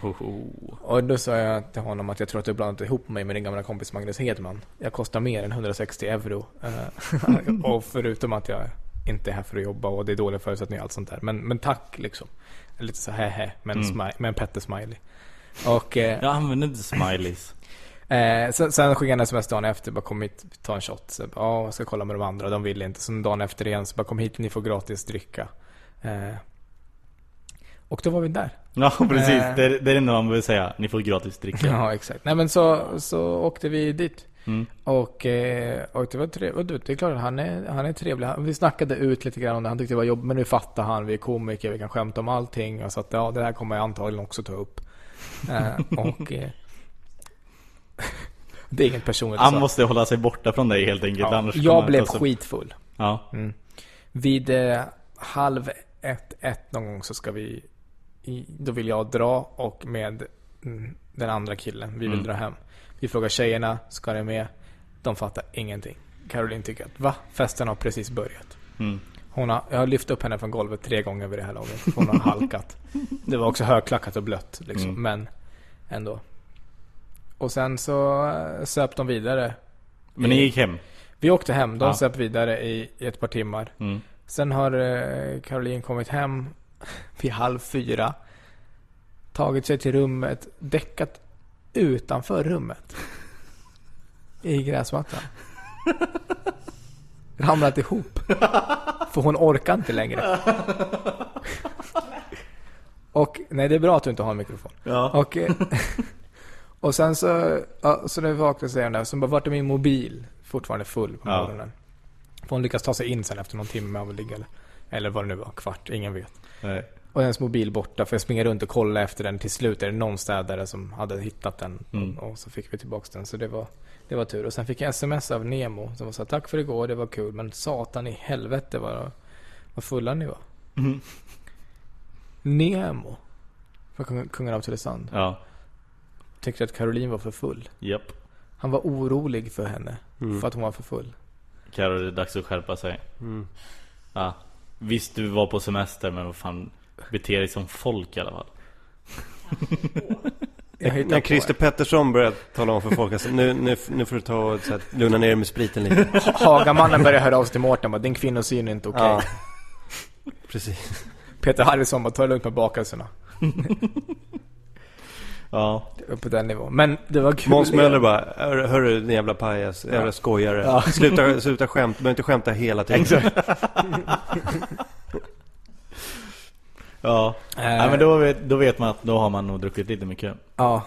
[SPEAKER 1] Ho, ho.
[SPEAKER 2] Och då sa jag till honom att jag tror att du har blandat ihop mig med din gamla kompis Magnus Hedman. Jag kostar mer än 160 euro. Eh, och förutom att jag inte är här för att jobba och det är dåliga förutsättningar och allt sånt där. Men, men tack liksom. Lite så här hä med en, smi- med en petter-smiley. Och eh,
[SPEAKER 1] Jag använder inte smileys.
[SPEAKER 2] eh, sen, sen skickade han sms dagen efter. Bara kom hit, ta en shot. Så, jag bara, ja, jag ska kolla med de andra. De ville inte. Sen dagen efter igen. Så bara kom hit, ni får gratis dricka. Eh, och då var vi där.
[SPEAKER 1] Ja precis,
[SPEAKER 2] Eh.
[SPEAKER 1] det, är- det är det enda man behöver säga. Ni får gratis dricka.
[SPEAKER 2] Ja, exakt. Nej men så, så åkte vi dit.
[SPEAKER 1] Mm.
[SPEAKER 2] Och, eh, och det var trevligt. Och det är klart, han är, han är trevlig. Han- Vi snackade ut lite grann om det. Han tyckte det var jobbigt. Men nu fattar han. Vi är komiker, vi kan skämta om allting. Och så att ja, det här kommer jag antagligen också ta upp. Eh, och... Eh, det är inget personligt.
[SPEAKER 1] Han
[SPEAKER 2] så.
[SPEAKER 1] måste hålla sig borta från dig helt enkelt.
[SPEAKER 2] ja,
[SPEAKER 1] annars kommer
[SPEAKER 2] jag
[SPEAKER 1] han
[SPEAKER 2] blev Mm.
[SPEAKER 1] ta sig-
[SPEAKER 2] skitfull.
[SPEAKER 1] Ja.
[SPEAKER 2] Vid eh, halv ett, ett någon gång så ska vi... i- Då vill jag dra och med mm, den andra killen. Vi vill dra hem. Vi frågar tjejerna, ska ni med? De fattar ingenting. Caroline tycker att va? Festen har precis börjat. Hon har, jag har lyft upp henne från golvet tre gånger vid det här laget. Hon har halkat. Det var också högklackat och blött. Liksom. Men ändå. Och sen så eh, söp de vidare.
[SPEAKER 1] Men ni gick hem?
[SPEAKER 2] Vi åkte hem. De
[SPEAKER 1] Ja.
[SPEAKER 2] söp vidare i, i ett par timmar.
[SPEAKER 1] Mm.
[SPEAKER 2] Sen har eh, Caroline kommit hem vid halv fyra. Tagit sig till rummet, däckat utanför rummet. I gräsmattan. Ramlat ihop. För hon orkar inte längre. Och, nej det är bra att du inte har en mikrofon.
[SPEAKER 1] Ja.
[SPEAKER 2] Och, eh, och sen så, ja, så när vi vaknade så säger hon där, så bara, vart är min mobil? Fortfarande full på
[SPEAKER 1] Ja.
[SPEAKER 2] morgonen. För hon lyckas ta sig in sen efter någon timme av att ligga eller, eller vad det nu var, kvart, ingen vet.
[SPEAKER 1] Nej.
[SPEAKER 2] Och hennes mobil borta för jag springer runt och kollar efter den. Till slut är det någon städare som hade hittat den.
[SPEAKER 1] Mm.
[SPEAKER 2] Och så fick vi tillbaka den. Så det var, det var tur. Och sen fick jag sms av Nemo som var så här, tack för igår, det var kul. Men satan i helvete vad, vad fulla ni var.
[SPEAKER 1] Mhm.
[SPEAKER 2] Nemo. Från kung- kungen av Tylösand.
[SPEAKER 1] Ja.
[SPEAKER 2] Tyckte att Caroline var för full.
[SPEAKER 1] Japp.
[SPEAKER 2] Han var orolig för henne.
[SPEAKER 3] Mm.
[SPEAKER 2] För att hon var för full.
[SPEAKER 1] Karo, det är dags att skärpa sig. Ja. Visst, du var på semester men vad fan. Bete dig som folk i alla fall.
[SPEAKER 2] Jag hittar
[SPEAKER 3] När
[SPEAKER 2] på-
[SPEAKER 3] Christer Pettersson börjar tala om för folk att nu, nu, nu får du ta och så här, lugna ner dig med spriten lite.
[SPEAKER 2] Hagamannen började höra av sig till Mårten bara, din kvinnosyn är inte okej.
[SPEAKER 3] Ja. Precis.
[SPEAKER 2] Peter Harrison bara, ta det lugnt med bakelserna.
[SPEAKER 1] Ja.
[SPEAKER 2] På den nivån. Men det var kul.
[SPEAKER 3] Måns Möller bara, "Hör- hörru din jävla pajas, jävla skojare.
[SPEAKER 2] Ja.
[SPEAKER 3] Sluta, sluta skämt, du behöver inte skämta hela tiden.
[SPEAKER 1] Ja,
[SPEAKER 2] Eh.
[SPEAKER 1] Nej, men då vet, då vet man att då har man nog druckit lite mycket.
[SPEAKER 2] Ja.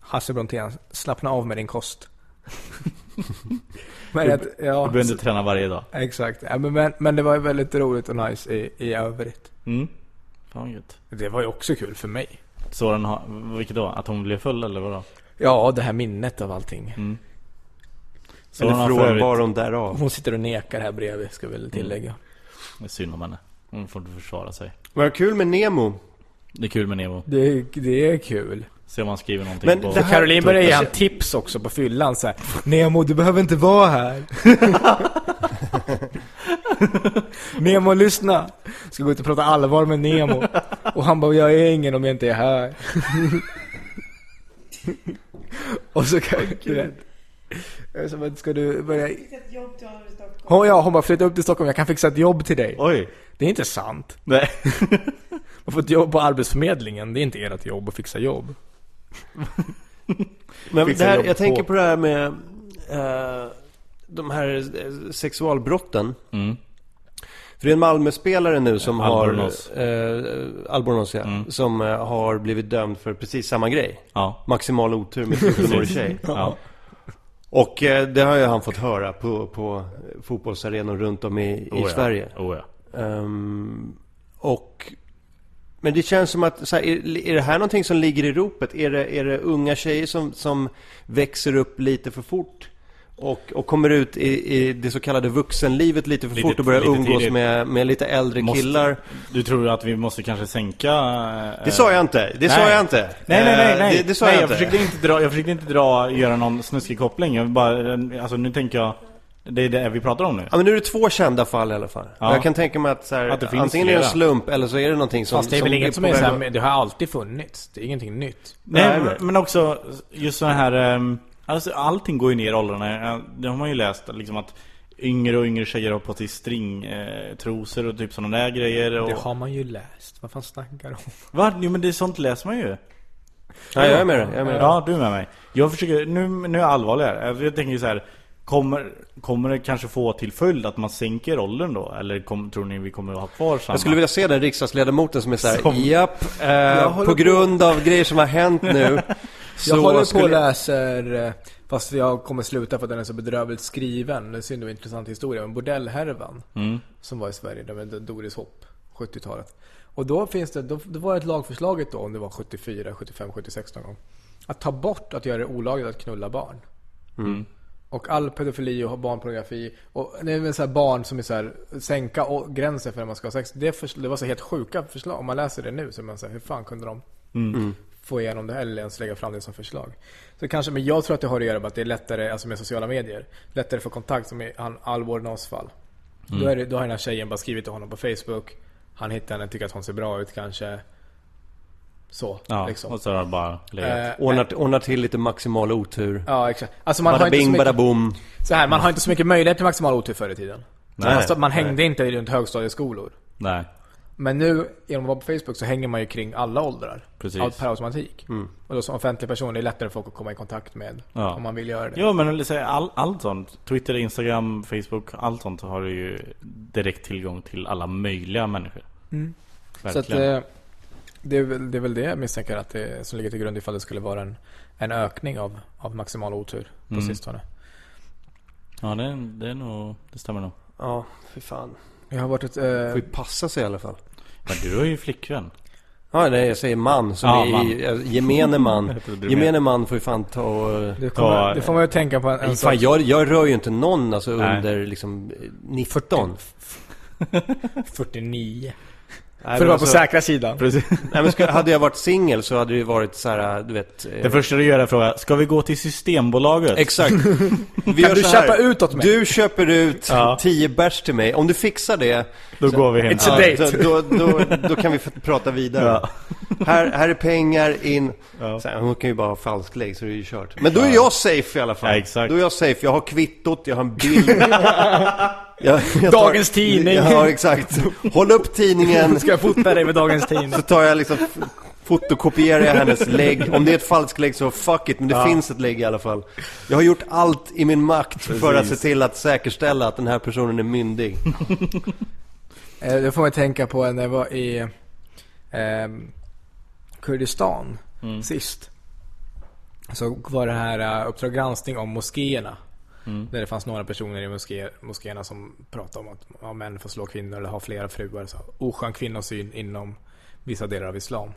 [SPEAKER 2] Hasse Brontén, slappna av med din kost. men att,
[SPEAKER 1] Du
[SPEAKER 2] ja,
[SPEAKER 1] behöver inte träna varje dag.
[SPEAKER 2] exakt. Ja, men, men, men det var ju väldigt roligt och nice i, i övrigt.
[SPEAKER 1] Mm. Fan vad gött.
[SPEAKER 2] Det var ju också kul för mig.
[SPEAKER 1] Soran har, vilket då? Att hon blev full eller vadå?
[SPEAKER 2] Ja, det här minnet av allting.
[SPEAKER 3] Mm. Eller
[SPEAKER 1] Soran har för övrigt,
[SPEAKER 3] frånvaron därav.
[SPEAKER 2] Hon sitter och nekar här bredvid, ska jag
[SPEAKER 3] Mm.
[SPEAKER 2] väl tillägga.
[SPEAKER 1] det är synd om henne. Hon får inte försvara sig.
[SPEAKER 3] Vad kul med Nemo.
[SPEAKER 1] Det är kul med Nemo.
[SPEAKER 2] Det, det är kul.
[SPEAKER 1] Se om han skriver någonting
[SPEAKER 3] Men
[SPEAKER 1] på...
[SPEAKER 3] det här-
[SPEAKER 2] Caroline började ge han tips också på fyllan så här. Nemo, du behöver inte vara här. Nemo, lyssna. Ska gå ut och prata allvar med Nemo. Och han bara, jag är ingen om jag inte är här. och så kan du vet. Jag är som att, ska du börja...
[SPEAKER 4] Ett jobb till honom i Stockholm.
[SPEAKER 2] Oh, ja, hon bara, flytta upp till Stockholm, jag kan fixa ett jobb till dig.
[SPEAKER 1] Oj!
[SPEAKER 2] Det är inte sant.
[SPEAKER 1] Nej.
[SPEAKER 2] Man får ett jobb på Arbetsförmedlingen, det är inte ert jobb att fixa jobb.
[SPEAKER 3] Men
[SPEAKER 2] Fixa
[SPEAKER 3] det här,
[SPEAKER 2] jobb
[SPEAKER 3] jag tänker
[SPEAKER 2] på.
[SPEAKER 3] på det här med eh, de här eh, sexualbrotten.
[SPEAKER 1] Mm.
[SPEAKER 3] För det är en Malmö-spelare nu som
[SPEAKER 1] Albornoz. Mm.
[SPEAKER 3] har... Eh, Albornoz. ja. Som eh, har blivit dömd för precis samma grej.
[SPEAKER 1] Ja.
[SPEAKER 3] Maximal otur med 14-årig tjej.
[SPEAKER 1] Ja.
[SPEAKER 3] Och eh, det har ju han fått höra på, på fotbollsarenor runt om i, i
[SPEAKER 1] Oh, ja.
[SPEAKER 3] Sverige.
[SPEAKER 1] Oh, ja.
[SPEAKER 3] Ehm, och... Men det känns som att, så här, är, är det här någonting som ligger i ropet? Är det, är det unga tjejer som, som växer upp lite för fort? Och, och kommer ut i, i det så kallade vuxenlivet lite för
[SPEAKER 1] Lite-
[SPEAKER 3] fort och börjar
[SPEAKER 1] lite
[SPEAKER 3] umgås
[SPEAKER 1] tidigt.
[SPEAKER 3] med, med lite äldre
[SPEAKER 1] Måste-
[SPEAKER 3] killar?
[SPEAKER 1] Du tror att vi måste kanske sänka... eh,
[SPEAKER 3] Det sa jag inte! Det sa
[SPEAKER 1] nej.
[SPEAKER 3] jag inte!
[SPEAKER 1] Nej nej nej,
[SPEAKER 3] Eh,
[SPEAKER 1] nej.
[SPEAKER 3] Det, det sa
[SPEAKER 1] nej,
[SPEAKER 3] jag
[SPEAKER 1] jag,
[SPEAKER 3] inte.
[SPEAKER 1] försökte inte dra, jag försökte inte dra, göra någon snuskig koppling. Jag bara, alltså nu tänker jag, det är det vi pratar om nu.
[SPEAKER 3] Ja men nu är det två kända fall i alla fall.
[SPEAKER 1] Ja.
[SPEAKER 3] Och Jag kan tänka mig att, så här,
[SPEAKER 1] Att det finns
[SPEAKER 3] antingen är det en
[SPEAKER 1] flera.
[SPEAKER 3] slump eller så är det någonting som...
[SPEAKER 2] Fast det är väl inget som
[SPEAKER 3] på
[SPEAKER 2] är
[SPEAKER 3] väg
[SPEAKER 2] så här,
[SPEAKER 3] att-
[SPEAKER 2] men det har alltid funnits. Det är ingenting nytt.
[SPEAKER 1] Nej,
[SPEAKER 3] Nej.
[SPEAKER 1] men också just sådana här... ehm, Alltså, allting går ju ner i åldrarna. Eh, Det har man ju läst liksom att yngre och yngre tjejer har på sig stringtrosor och typ sådana där grejer. Och...
[SPEAKER 2] Det har man ju läst. Vad fan snackar du om?
[SPEAKER 1] Va? Jo men det är sånt läser man ju.
[SPEAKER 3] Ja, jag är med dig. Jag är med dig.
[SPEAKER 1] Ja, du är med mig. Jag försöker, nu, nu är jag allvarlig här. Jag tänker så här. Kommer, kommer det kanske få till följd att man sänker åldern då? Eller kom, tror ni vi kommer att ha kvar samma?
[SPEAKER 3] Jag skulle vilja se den riksdagsledamoten som är såhär,
[SPEAKER 1] Som-
[SPEAKER 3] japp,
[SPEAKER 2] Jag
[SPEAKER 3] eh,
[SPEAKER 2] håller
[SPEAKER 3] på
[SPEAKER 2] på-
[SPEAKER 3] grund av grejer som har hänt nu.
[SPEAKER 2] Jag håller på
[SPEAKER 3] skulle-
[SPEAKER 2] och läser, eh, fast jag kommer sluta för att den är så bedrövligt skriven. Det är synd och intressant historia. Men bordellhärvan som var i Sverige, där med Doris Hopp, 70-talet. Och då finns det, då, det var ett lagförslaget då, om det var 74, 75, 76 någon gång. Att ta bort att göra det olagligt att knulla barn. Och all pedofili och barnpornografi och det är väl så här barn som är så här, sänka å- gränsen för när man ska ha sex. Det, förs- det var så helt sjuka förslag. Om man läser det nu så är man så här, hur fan kunde de få igenom det här eller ens lägga fram det som förslag? Så kanske, men jag tror att det har att göra med att det är lättare, alltså med sociala medier, lättare för kontakt som i han Alvor Nås fall.
[SPEAKER 1] Mm.
[SPEAKER 2] Då, är det, då har den här tjejen bara skrivit till honom på Facebook. Han hittar henne, tycker att hon ser bra ut kanske. Så,
[SPEAKER 1] Ja,
[SPEAKER 2] liksom.
[SPEAKER 1] och så har jag bara legat.
[SPEAKER 2] Eh,
[SPEAKER 3] Ordnar, ordnar till lite maximal otur.
[SPEAKER 2] ja, exakt. Alltså man har
[SPEAKER 3] Bada
[SPEAKER 2] inte så
[SPEAKER 3] bing,
[SPEAKER 2] mycket...
[SPEAKER 3] bada boom.
[SPEAKER 2] Så här, man har inte så mycket möjlighet till maximal otur förr i tiden.
[SPEAKER 1] Nej.
[SPEAKER 2] Alltså, man hängde inte runt högstadieskolor.
[SPEAKER 1] Nej.
[SPEAKER 2] Men nu, genom att vara på Facebook så hänger man ju kring alla åldrar.
[SPEAKER 1] Precis.
[SPEAKER 2] Allt per automatik. Och då som offentlig person, det är lättare för folk att komma i kontakt med.
[SPEAKER 1] Ja.
[SPEAKER 2] Om man vill göra det.
[SPEAKER 1] Jo men liksom, all, allt sånt. Twitter, Instagram, Facebook, allt sånt har du ju direkt tillgång till alla möjliga människor.
[SPEAKER 3] Mm.
[SPEAKER 2] så att,
[SPEAKER 1] Verkligen.
[SPEAKER 2] eh, det, är väl, det är väl det jag misstänker att det, som ligger till grund ifall det skulle vara en, en ökning av, av maximal otur på
[SPEAKER 1] Mm.
[SPEAKER 2] sistone.
[SPEAKER 1] Ja det, det är nog, det stämmer nog.
[SPEAKER 3] Ja, för fan.
[SPEAKER 2] Jag har varit ett... Eh,
[SPEAKER 3] Får ju passa sig i alla fall.
[SPEAKER 1] Men du har ju flickvän.
[SPEAKER 3] Ja, nej jag säger man. Som
[SPEAKER 1] Ja,
[SPEAKER 3] är,
[SPEAKER 1] man.
[SPEAKER 3] I, alltså, gemene man.
[SPEAKER 1] heter det.
[SPEAKER 3] Gemene man får ju fan ta och...
[SPEAKER 2] det, kommer,
[SPEAKER 1] Ja,
[SPEAKER 2] det får man ju tänka på en, en
[SPEAKER 3] Nej,
[SPEAKER 2] sak.
[SPEAKER 3] fan, jag, jag rör ju inte någon alltså
[SPEAKER 1] Nej.
[SPEAKER 3] under liksom eh, 19.
[SPEAKER 2] 49. För
[SPEAKER 3] Nej, men
[SPEAKER 2] att vara på
[SPEAKER 3] alltså-
[SPEAKER 2] säkra sidan.
[SPEAKER 1] Precis.
[SPEAKER 3] Nej men skulle, hade jag varit singel så hade det ju varit så här, du vet... eh,
[SPEAKER 1] Det första du gör är att fråga, ska vi gå till Systembolaget?
[SPEAKER 3] Exakt. Vi
[SPEAKER 2] Kan du köpa ut åt mig?
[SPEAKER 3] Du köper ut
[SPEAKER 1] Ja.
[SPEAKER 3] 10 bärs till mig. Om du fixar det...
[SPEAKER 1] Då går vi hem.
[SPEAKER 2] It's a date.
[SPEAKER 3] då, då, då, då kan vi f- prata vidare.
[SPEAKER 1] Ja.
[SPEAKER 3] Här, här är pengar in.
[SPEAKER 1] Ja.
[SPEAKER 3] Så här, hon kan ju bara ha falsklägg så det är ju kört. Men då är jag safe i alla fall.
[SPEAKER 1] Ja, exakt.
[SPEAKER 3] Då är jag safe. Jag har kvittot, jag har en bild. Jag- jag
[SPEAKER 2] Dagens tidning.
[SPEAKER 3] Ja, exakt. Håll upp tidningen.
[SPEAKER 2] Ska jag fota dig med dagens tidning?
[SPEAKER 3] Så tar jag liksom, f- fotokopierar jag hennes lägg. Om det är ett falskt lägg så fuck it, men det finns ett lägg i alla fall. Jag har gjort allt i min makt för att se
[SPEAKER 1] Precis.
[SPEAKER 3] till att säkerställa att den här personen är myndig.
[SPEAKER 2] Eh, Det får man tänka på när jag var i ehm, Kurdistan sist. Så var det här eh, Uppdrag granskning om moskéerna. Där det fanns några personer i moské, moskéerna som pratade om att ja, män får slå kvinnor eller ha flera fruar. Så oskön kvinnosyn inom vissa delar av Islam.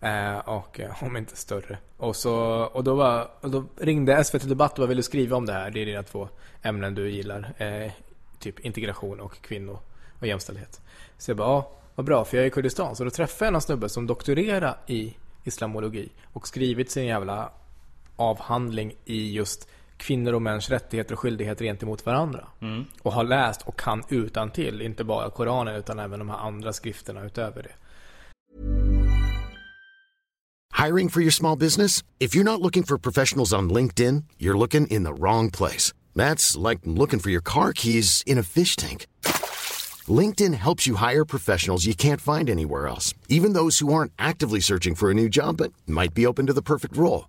[SPEAKER 2] Eh, och eh, om inte större. Och, så, och, då var, och då ringde SVT Debatt och bara, vill du skriva om det här? Det är dina två ämnen du gillar. Eh, typ integration och kvinno och jämställdhet. Så jag bara, ja, vad bra för jag är i Kurdistan. Så då träffade jag någon snubbe som doktorerade i islamologi och skrivit sin jävla avhandling i just kvinnor och mäns rättigheter och skyldigheter gentemot varandra. Och har läst och kan utan till inte bara Koranen utan även de här andra skrifterna utöver det.
[SPEAKER 4] Hiring for your small business? If you're not looking for professionals on LinkedIn, you're looking in the wrong place. That's like looking for your car keys in a fish tank. LinkedIn helps you hire professionals you can't find anywhere else, even those who aren't actively searching for a new job but might be open to the perfect role.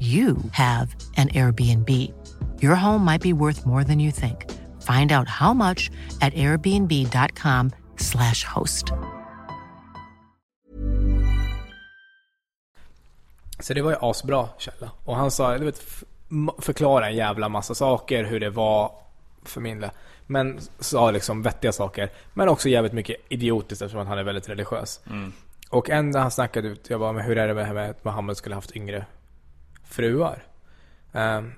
[SPEAKER 5] you have an Airbnb. Your home might be worth more than you think. Find out how much at airbnb.com/slash host.
[SPEAKER 2] Så det var ju asbra källa. Och han sa, du vet, f- ma- förklara en jävla massa saker, hur det var för min del. Men sa liksom vettiga saker. Men också jävligt mycket idiotiskt eftersom att han är väldigt religiös. Och en när han snackade ut, jag bara, men hur är det med det här med att Mohammed skulle haft yngre fruar? Um,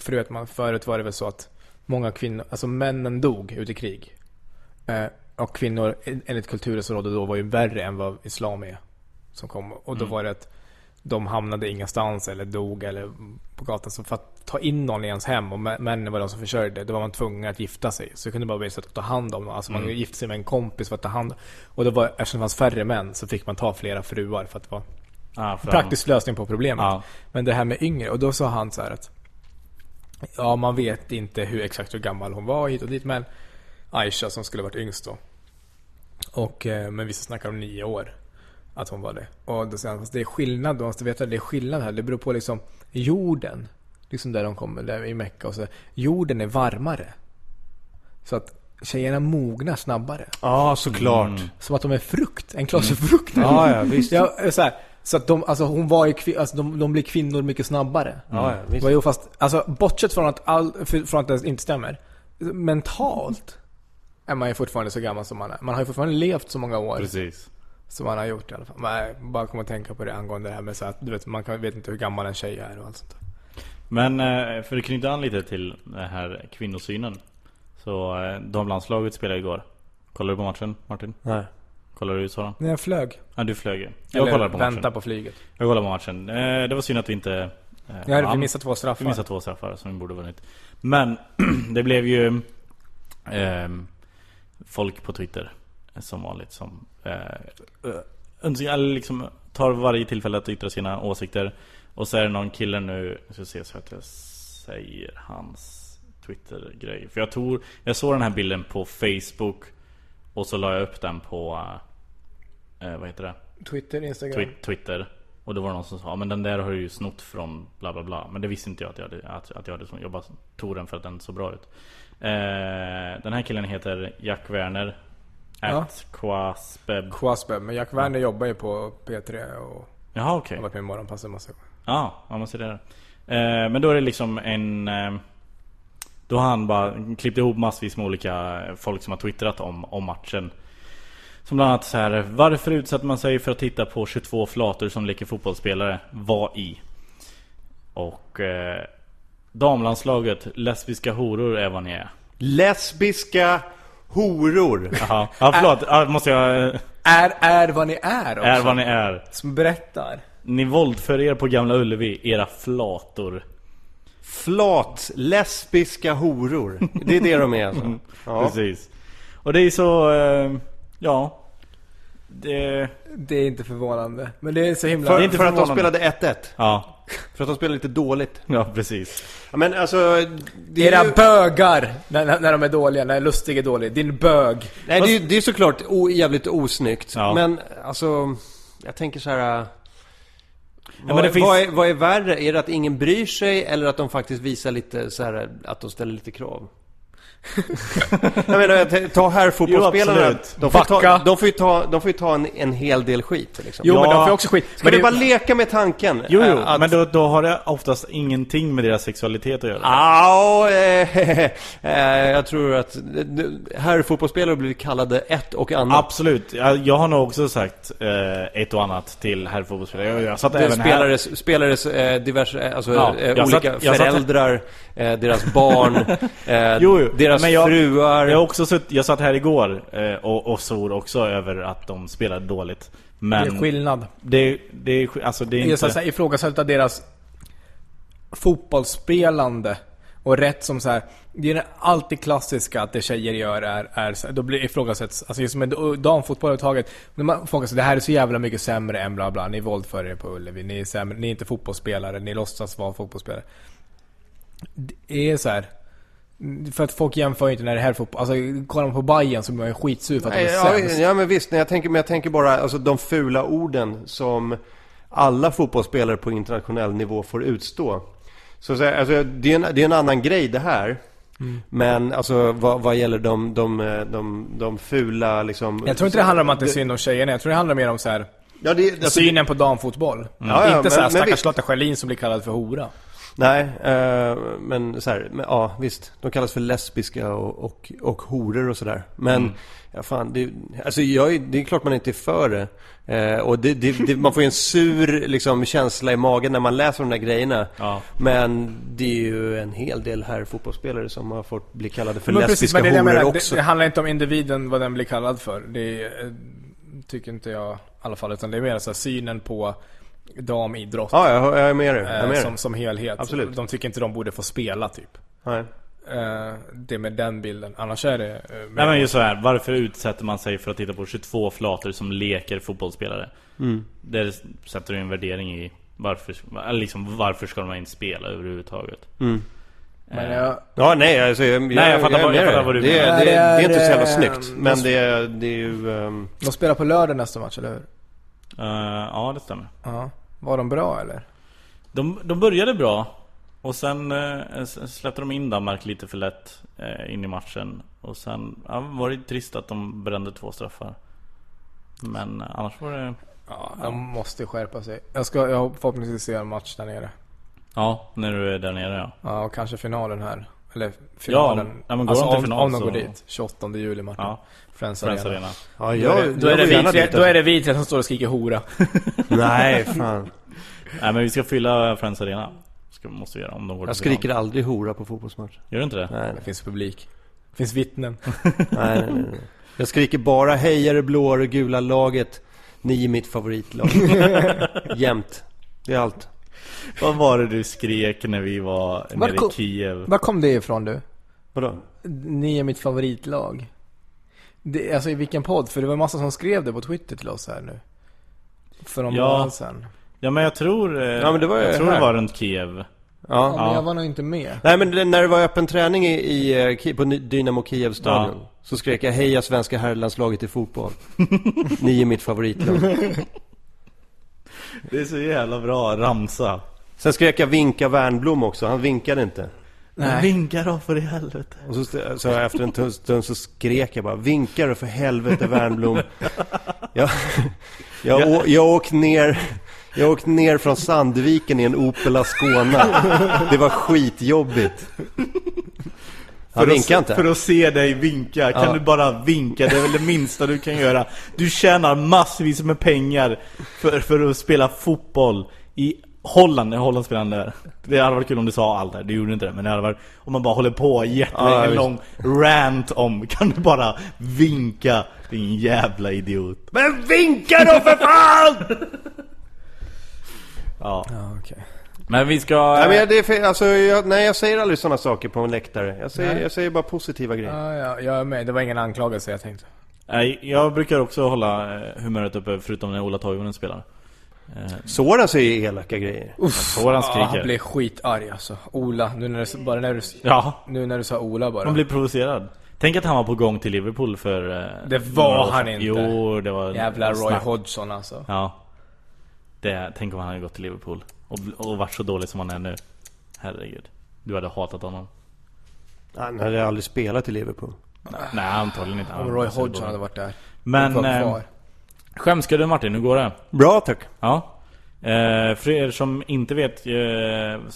[SPEAKER 2] för att man, förut var det väl så att många kvinnor, alltså männen dog ute i krig. Eh, och kvinnor en- enligt kulturen som rådde då var ju värre än vad islam är. Som kom. Och då var det att de hamnade ingenstans eller dog eller på gatan. Så för att ta in någon i ens hem och mä- männen var de som försörjde, då var man tvungen att gifta sig. Så det kunde bara bli ett sätt att ta hand om någon. Alltså man gifte sig med en kompis för att ta hand om. Och då var, eftersom det fanns färre män så fick man ta flera fruar för att vara
[SPEAKER 1] Ja, Ah, för-
[SPEAKER 2] praktisk lösning på problemet.
[SPEAKER 1] Ja.
[SPEAKER 2] Men det här med yngre, och då sa han så här att Ja, man vet inte hur exakt hur gammal hon var hit och dit, men Aisha som skulle varit yngst då. Och, eh, men vissa snackar om nio år. att hon var det. Och då säger han, fast det är skillnad, du måste veta att det är skillnad här. Det beror på liksom jorden. Liksom där de kommer, där i Mecka och så. Jorden är varmare. Så att tjejerna mognar snabbare.
[SPEAKER 3] Ja, såklart.
[SPEAKER 2] Som att de är frukt, en klase frukt.
[SPEAKER 3] Ja, ja, visst.
[SPEAKER 2] Ja, eh, så, här, så att de, alltså hon var ju, kvi- alltså de, de blir kvinnor mycket snabbare.
[SPEAKER 3] Ja, ja, visst.
[SPEAKER 2] Det var ju fast, alltså bortsett från att, all, för- från att det inte stämmer. Mentalt är man ju fortfarande så gammal som man är. Man har ju fortfarande levt så många år
[SPEAKER 1] Mm, Precis.
[SPEAKER 2] som man har gjort i alla fall. Man jag bara kommer att tänka på det angående det här med så att du vet, man kan, vet inte hur gammal en tjej är och allt sånt där.
[SPEAKER 1] Men eh, för att knyta an lite till den här kvinnosynen. Så eh, damlandslaget spelade igår. Kollade du på matchen Martin?
[SPEAKER 3] Nej.
[SPEAKER 1] Kollar du Sara?
[SPEAKER 2] När jag flög.
[SPEAKER 1] Ja du flög ju. Jag kollade på matchen.
[SPEAKER 2] Vänta på flyget.
[SPEAKER 1] Jag kollade på matchen. Eh, Det var synd att vi inte eh,
[SPEAKER 2] Jag hade
[SPEAKER 1] vann.
[SPEAKER 2] missat två straffar.
[SPEAKER 1] Vi missade två straffar som vi borde ha vunnit. Men det blev ju ehm, folk på Twitter eh, som vanligt som eh, ö- önskar, eller liksom tar varje tillfälle att yttra sina åsikter. Och så är det någon kille nu, jag ska se så att jag säger hans Twitter-grej. För jag tror, jag såg den här bilden på Facebook och så la jag upp den på, eh, vad heter det?
[SPEAKER 2] Twitter, Instagram.
[SPEAKER 1] Twi- Twitter Och då var det någon som sa "Ja, men den där har du ju snott från bla bla bla Men det visste inte jag att jag hade, att, att jag hade snott. Jag bara tog den för att den såg bra ut eh, Den här killen heter Jack Werner
[SPEAKER 2] Ja.
[SPEAKER 1] At Quaspeb
[SPEAKER 2] Quasbe, men Jack Werner jobbar ju på P3 och
[SPEAKER 1] Jaha okej
[SPEAKER 2] har varit med i Morgonpasset massa gånger.
[SPEAKER 1] Ja, ja man ser det där. Eh, men då är det liksom en... Eh, då har han bara klippt ihop massvis med olika folk som har twittrat om, om matchen. Som bland annat så här Varför utsatte man sig för att titta på 22 flator som leker fotbollsspelare? Vad i? Och... Eh, damlandslaget, lesbiska horor är vad ni är.
[SPEAKER 3] Lesbiska horor.
[SPEAKER 1] Jaha, ja förlåt. Ja, måste jag... eh,
[SPEAKER 2] Är, är vad ni är också.
[SPEAKER 1] Är vad ni är.
[SPEAKER 2] Som berättar.
[SPEAKER 1] Ni våldför er på Gamla Ullevi, era flator.
[SPEAKER 3] Flat, lesbiska horor. Det är det de är alltså. Ja.
[SPEAKER 1] Mm. Precis. Och det är så, eh, ja. Det,
[SPEAKER 2] Det är inte förvånande. Men det är så himla...
[SPEAKER 3] För,
[SPEAKER 1] Det är inte
[SPEAKER 3] för att de
[SPEAKER 1] förvånande.
[SPEAKER 3] spelade 1-1.
[SPEAKER 1] ja.
[SPEAKER 3] För att de spelade lite dåligt.
[SPEAKER 1] Ja precis.
[SPEAKER 3] Ja, Men alltså... Det
[SPEAKER 2] Era
[SPEAKER 3] är ju,
[SPEAKER 2] bögar! När, när- när de är dåliga, när Lustig är dålig. Din bög.
[SPEAKER 3] nej, det, är, ju- det är såklart o, jävligt osnyggt.
[SPEAKER 1] Ja.
[SPEAKER 3] Men alltså... Jag tänker så här... äh,
[SPEAKER 1] men
[SPEAKER 3] Vad,
[SPEAKER 1] det finns-
[SPEAKER 3] vad, är, vad är värre? Är det att ingen bryr sig eller att de faktiskt visar lite så här äh, att de ställer lite krav? jag menar, ta- ta här fotbollsspelarna.
[SPEAKER 1] absolut.
[SPEAKER 3] De får, ta,
[SPEAKER 2] Backa.
[SPEAKER 3] de får ju ta, de får ju ta en, en hel del skit liksom.
[SPEAKER 2] Jo, men
[SPEAKER 1] Ja.
[SPEAKER 2] de får också skit.
[SPEAKER 3] Ska
[SPEAKER 2] Men
[SPEAKER 3] vi
[SPEAKER 2] det-
[SPEAKER 3] bara leka med tanken?
[SPEAKER 1] Jo, jo
[SPEAKER 3] eh, att-
[SPEAKER 1] men då, då har det oftast ingenting med deras sexualitet att göra.
[SPEAKER 3] Ah. Ja, eh, eh, jag tror att här fotbollsspelare har blivit kallade ett och annat.
[SPEAKER 1] Absolut. Jag, jag har nog också sagt eh, ett och annat till herrfotbollsspelare. Jag, jag satt
[SPEAKER 3] Det är
[SPEAKER 1] även här.
[SPEAKER 3] spelares, spelares eh, diverse, eh, alltså
[SPEAKER 1] Ja,
[SPEAKER 3] eh,
[SPEAKER 1] jag satt-
[SPEAKER 3] olika
[SPEAKER 1] jag satt-
[SPEAKER 3] föräldrar, eh, deras barn, eh,
[SPEAKER 1] Jo, jo.
[SPEAKER 3] deras
[SPEAKER 1] Men jag-
[SPEAKER 3] fruar.
[SPEAKER 1] Jag, har också sutt, jag satt här igår eh, och, och svor också över att de spelade dåligt. Men
[SPEAKER 3] Mm.
[SPEAKER 2] Det är skillnad.
[SPEAKER 1] Det, det är sk- alltså det är
[SPEAKER 2] Jag
[SPEAKER 1] inte...
[SPEAKER 2] så här, ifrågasätta deras fotbollsspelande. Och rätt som så här, det är det alltid klassiska att det tjejer gör är, är så här, då blir det ifrågasätts, alltså just med damfotboll överhuvudtaget. När man frågar sig, det här är så jävla mycket sämre än bla bla, ni våldför er på Ullevi, ni är sämre, ni är inte fotbollsspelare, ni låtsas vara fotbollsspelare. Det är så här. För att folk jämför ju inte när det här är fotboll. Alltså kollar man på Bayern så blir man ju skitsur för att
[SPEAKER 3] Nej,
[SPEAKER 2] de är
[SPEAKER 3] ja,
[SPEAKER 2] sämst.
[SPEAKER 3] ja, men visst. Nej, jag tänker, men jag tänker bara alltså, de fula orden som alla fotbollsspelare på internationell nivå får utstå. Så, att säga, alltså, det, är en, det är en annan grej det här.
[SPEAKER 1] Mm.
[SPEAKER 3] Men alltså vad, vad gäller de, de, eh, de, de fula liksom...
[SPEAKER 2] Jag tror inte det handlar om att det är synd om tjejerna, jag tror det handlar mer om så här.
[SPEAKER 3] Ja, det, alltså,
[SPEAKER 2] Synen på damfotboll.
[SPEAKER 3] Ja, ja,
[SPEAKER 2] inte såhär
[SPEAKER 3] men- men
[SPEAKER 2] stackars
[SPEAKER 3] visst.
[SPEAKER 2] Lotta Schelin som blir kallad för hora.
[SPEAKER 3] Nej, eh, men så här, men, ja visst. De kallas för lesbiska och, och, och horor och sådär. Men
[SPEAKER 2] Mm.
[SPEAKER 3] ja, fan, det, alltså jag, är- det är klart man inte är för det. Eh, och det, det, det, man får ju en sur liksom, känsla i magen när man läser de där grejerna.
[SPEAKER 1] Ja.
[SPEAKER 3] Men det är ju en hel del här fotbollsspelare som har fått bli kallade för
[SPEAKER 2] Men precis,
[SPEAKER 3] lesbiska
[SPEAKER 2] men det är det jag
[SPEAKER 3] horor
[SPEAKER 2] menar.
[SPEAKER 3] också.
[SPEAKER 2] Det, det handlar inte om individen, vad den blir kallad för. Det är, eh, tycker inte jag i alla fall. Utan det är mer så här, synen på damidrott
[SPEAKER 3] Ja, jag, jag är med dig. Jag är
[SPEAKER 2] eh,
[SPEAKER 3] med
[SPEAKER 2] som,
[SPEAKER 3] dig.
[SPEAKER 2] som helhet.
[SPEAKER 3] Absolut.
[SPEAKER 2] De tycker inte de borde få spela typ.
[SPEAKER 3] Nej.
[SPEAKER 2] Eh, det är med den bilden. Annars är det... eh, mer-
[SPEAKER 1] Nej men just så här, varför utsätter man sig för att titta på 22 flator som leker fotbollsspelare?
[SPEAKER 3] Mm.
[SPEAKER 1] Där sätter du en värdering i varför, eller liksom, varför ska de ens spela överhuvudtaget?
[SPEAKER 3] Mm.
[SPEAKER 2] men jag,
[SPEAKER 3] Ja, nej, alltså, jag,
[SPEAKER 1] Nej, jag fattar
[SPEAKER 3] är
[SPEAKER 1] vad- jag
[SPEAKER 3] med
[SPEAKER 1] fattar
[SPEAKER 3] dig.
[SPEAKER 1] vad du
[SPEAKER 3] det, det,
[SPEAKER 1] menar.
[SPEAKER 3] det, det är inte så jävla
[SPEAKER 2] Det är, eh,
[SPEAKER 3] snyggt. Men det, är- det är ju... ehm,
[SPEAKER 2] de spelar på lördag nästa match, eller hur?
[SPEAKER 1] Eh, ja, det stämmer.
[SPEAKER 2] Ja. Var de bra eller?
[SPEAKER 1] De, de började bra och sen eh, s- släppte de in Danmark lite för lätt eh, in i matchen. Och sen ja, var det trist att de brände två straffar. Men eh, annars var det...
[SPEAKER 2] Ja, de måste skärpa sig. Jag ska jag hoppas- förhoppningsvis se en match där nere.
[SPEAKER 1] Ja, när du är där nere ja.
[SPEAKER 2] Ja, och kanske finalen här. Eller finalen. Alltså,
[SPEAKER 1] ja, men går de till
[SPEAKER 2] om,
[SPEAKER 1] final
[SPEAKER 2] om de
[SPEAKER 1] så-
[SPEAKER 2] går dit. 28 juli Martin.
[SPEAKER 1] Ja.
[SPEAKER 2] Friends,
[SPEAKER 1] Friends
[SPEAKER 2] Arena.
[SPEAKER 1] Arena.
[SPEAKER 3] Ja,
[SPEAKER 2] Då, då, är det vi tre, då är det vi tre som står och skriker hora.
[SPEAKER 3] Nej, fan.
[SPEAKER 1] Nej men vi ska fylla Friends Arena. Ska, måste vi göra om de går
[SPEAKER 3] Jag
[SPEAKER 1] till final.
[SPEAKER 3] skriker aldrig hora på fotbollsmatch.
[SPEAKER 1] Gör du inte det?
[SPEAKER 3] Nej,
[SPEAKER 2] Det finns publik. Det finns vittnen.
[SPEAKER 1] Mm.
[SPEAKER 3] nej, nej, nej, nej. Jag skriker bara heja det blå och det gula laget. Ni är mitt favoritlag. Jämt. Det är allt.
[SPEAKER 1] Vad var det du skrek när vi var
[SPEAKER 2] Var
[SPEAKER 1] nere
[SPEAKER 2] kom-
[SPEAKER 1] i Kiev?
[SPEAKER 2] Var kom det ifrån du?
[SPEAKER 3] Vadå?
[SPEAKER 2] Ni är mitt favoritlag. Det, alltså i vilken podd? För det var en massa som skrev det på Twitter till oss här nu. För någon
[SPEAKER 1] Ja.
[SPEAKER 2] månad sedan.
[SPEAKER 1] Ja men jag tror... Ja,
[SPEAKER 3] men det var ju
[SPEAKER 1] jag tror det
[SPEAKER 3] här.
[SPEAKER 1] var runt Kiev.
[SPEAKER 2] Ja,
[SPEAKER 3] Ja.
[SPEAKER 2] men jag var nog inte med.
[SPEAKER 3] Nej men det- när det var öppen träning i, i, eh, Ki- på Ny- Dynamo Kiev-stadion. Så skrek jag heja svenska herrlandslaget i fotboll. Ni är mitt favoritlag.
[SPEAKER 1] Det är så jävla bra ramsa.
[SPEAKER 3] Sen skrek jag vinka Wernbloom också. Han vinkade inte.
[SPEAKER 2] Nej.
[SPEAKER 1] Vinka då för i helvete.
[SPEAKER 3] Och så, st- så efter en tun- stund så skrek jag bara Vinkar du för helvete Wernbloom jag, jag, å, jag åkte ner Jag åkte ner från Sandviken i en Opel Ascona Det var skitjobbigt Han vinkade
[SPEAKER 1] För
[SPEAKER 3] inte
[SPEAKER 1] att se dig vinka, kan
[SPEAKER 3] Ja.
[SPEAKER 1] du bara vinka? Det är väl det minsta du kan göra. Du tjänar massvis med pengar för, för att spela fotboll i Holland, när Holland spelar där. Det hade varit kul om du sa allt det här, du gjorde inte det. Men det hade varit, om man bara håller på jättelänge,
[SPEAKER 3] Ja,
[SPEAKER 1] en
[SPEAKER 3] visst.
[SPEAKER 1] lång rant om, kan du bara vinka? Din jävla idiot.
[SPEAKER 3] Men vinka då för fan!
[SPEAKER 1] Ja.
[SPEAKER 2] Ja, okej.
[SPEAKER 1] Men vi ska...
[SPEAKER 3] nej, men jag, det är fel, alltså, jag, nej jag säger aldrig sådana saker på en läktare jag säger, jag säger bara positiva grejer
[SPEAKER 2] Ja, ja, jag är med. Det var ingen anklagelse jag tänkte.
[SPEAKER 1] Nej, jag brukar också hålla eh, humöret uppe förutom när Ola Toivonen spelar.
[SPEAKER 3] Soran säger elaka grejer
[SPEAKER 1] Så han
[SPEAKER 2] Ja, han
[SPEAKER 1] skriker.
[SPEAKER 2] blev skitarg alltså. Ola, nu när du, bara när du,
[SPEAKER 1] Ja,
[SPEAKER 2] nu när du sa Ola bara.
[SPEAKER 1] man blir provocerad. Tänk att han var på gång till Liverpool för... eh,
[SPEAKER 2] Det var
[SPEAKER 1] några år
[SPEAKER 2] han
[SPEAKER 1] sedan.
[SPEAKER 2] inte.
[SPEAKER 1] Jo, det var...
[SPEAKER 2] Jävla Roy
[SPEAKER 1] snack.
[SPEAKER 2] Hodgson alltså.
[SPEAKER 1] Ja. Det, tänk om han hade gått till Liverpool och, bl- och varit så dålig som han är nu. Herregud. Du hade hatat honom.
[SPEAKER 3] Han hade aldrig spelat i Liverpool
[SPEAKER 1] Nej, antagligen inte.
[SPEAKER 2] Om
[SPEAKER 1] Han-
[SPEAKER 2] Roy
[SPEAKER 1] han skulle
[SPEAKER 2] Hodgson hade
[SPEAKER 1] gå.
[SPEAKER 2] varit där.
[SPEAKER 1] Men...
[SPEAKER 2] Var
[SPEAKER 1] Eh,
[SPEAKER 2] kvar.
[SPEAKER 1] skäms du Martin? Hur går det?
[SPEAKER 3] Bra tack
[SPEAKER 1] Ja. Eh, för er som inte vet eh,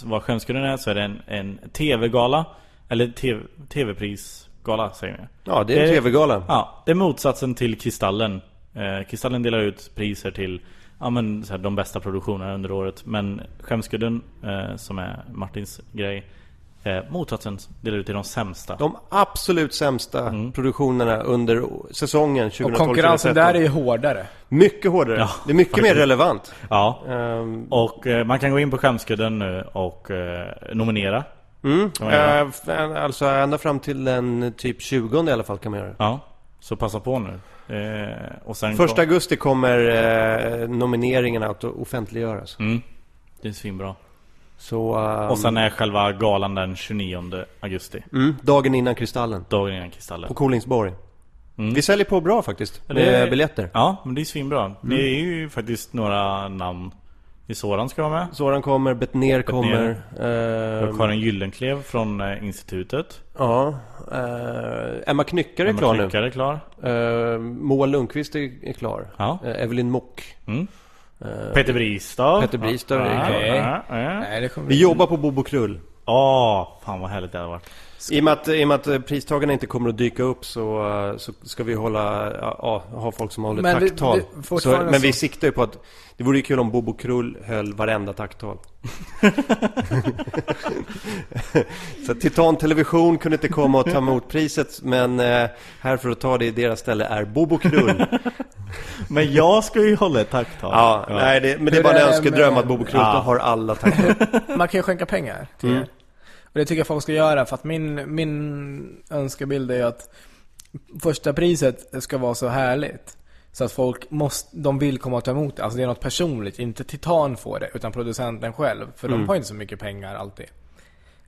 [SPEAKER 1] vad Skämskudden är så är det en, en TV-gala. Eller TV, TV-prisgala säger ni.
[SPEAKER 3] Ja det är en
[SPEAKER 1] Det-
[SPEAKER 3] TV-gala
[SPEAKER 1] Ja, det är motsatsen till Kristallen. Eh, Kristallen delar ut priser till ja, men, så här, de bästa produktionerna under året. Men Skämskudden, eh, som är Martins grej, eh, motsatsen delar ut till de sämsta.
[SPEAKER 3] De absolut sämsta
[SPEAKER 1] Mm.
[SPEAKER 3] produktionerna under säsongen 2012
[SPEAKER 2] Och konkurrensen
[SPEAKER 3] 2013.
[SPEAKER 2] där är ju hårdare.
[SPEAKER 3] Mycket hårdare.
[SPEAKER 1] Ja,
[SPEAKER 3] det är mycket
[SPEAKER 1] faktiskt.
[SPEAKER 3] mer relevant.
[SPEAKER 1] Ja.
[SPEAKER 3] Ehm,
[SPEAKER 1] Och eh, man kan gå in på Skämskudden nu och eh, nominera.
[SPEAKER 3] mm.
[SPEAKER 1] man göra.
[SPEAKER 3] Eh, f- alltså ända fram till den typ 20 i alla fall kan man göra.
[SPEAKER 1] Ja, så passa på nu. Eh, och sen
[SPEAKER 3] Första augusti kommer eh, nomineringarna att offentliggöras.
[SPEAKER 1] Mm. Det är svinbra.
[SPEAKER 3] Så, ehm,
[SPEAKER 1] Och sen är själva galan den 29 augusti.
[SPEAKER 3] mm, dagen innan Kristallen.
[SPEAKER 1] Dagen innan Kristallen.
[SPEAKER 3] På Kolingsborg.
[SPEAKER 1] Mm.
[SPEAKER 3] Vi säljer på bra faktiskt.
[SPEAKER 1] Ja,
[SPEAKER 3] Med
[SPEAKER 1] det-
[SPEAKER 3] biljetter.
[SPEAKER 1] Ja, men det är svinbra.
[SPEAKER 3] Mm.
[SPEAKER 1] Det är ju faktiskt några namn. I Soran ska vara med.
[SPEAKER 3] Soran kommer, Betnér kommer.
[SPEAKER 1] Och
[SPEAKER 3] ehm,
[SPEAKER 1] Karin Gyllenklev från eh, institutet.
[SPEAKER 3] ja, eh, Emma Knyckare är
[SPEAKER 1] Emma
[SPEAKER 3] klar nu.
[SPEAKER 1] Knyckare är klar.
[SPEAKER 3] Uh, Moa Lundqvist är, är klar.
[SPEAKER 1] Ja.
[SPEAKER 3] Eh, Evelyn Mock.
[SPEAKER 1] Mm.
[SPEAKER 3] Eh,
[SPEAKER 1] Peter Bristav.
[SPEAKER 3] Peter Bristav är
[SPEAKER 1] Ja,
[SPEAKER 3] klar.
[SPEAKER 1] ja, ja.
[SPEAKER 2] Nej, det kommer
[SPEAKER 3] Vi jobbar på Bobo Krull.
[SPEAKER 1] Åh, fan vad härligt det hade varit.
[SPEAKER 3] I och med att, i och med att eh, pristagarna inte kommer att dyka upp så, eh, så ska vi hålla, ja, ja, ha folk som håller
[SPEAKER 2] Men vi-
[SPEAKER 3] takttal.
[SPEAKER 2] vi-
[SPEAKER 3] så,
[SPEAKER 2] fortfarande
[SPEAKER 3] men vi
[SPEAKER 2] så-
[SPEAKER 3] siktar ju på att det vore ju kul om Bobo Krull höll varenda takttal. så att Titan Television kunde inte komma och ta emot priset men eh, här för att ta det i deras ställe är Bobo Krull.
[SPEAKER 1] Men jag ska ju hålla ett tacktal.
[SPEAKER 3] Ja, Nej, det, men det är
[SPEAKER 2] Hur
[SPEAKER 3] bara
[SPEAKER 2] är
[SPEAKER 3] en
[SPEAKER 2] det
[SPEAKER 3] önskedröm
[SPEAKER 2] med-
[SPEAKER 3] att Bobo Krull
[SPEAKER 1] Ja.
[SPEAKER 3] har alla takttal.
[SPEAKER 2] Man kan ju skänka pengar till er. Och det tycker jag folk ska göra för att min, min önskebild är ju att första priset ska vara så härligt. Så att folk måste, de vill komma och ta emot det. Alltså det är något personligt. Inte Titan får det utan producenten själv. För de har ju inte så mycket pengar alltid.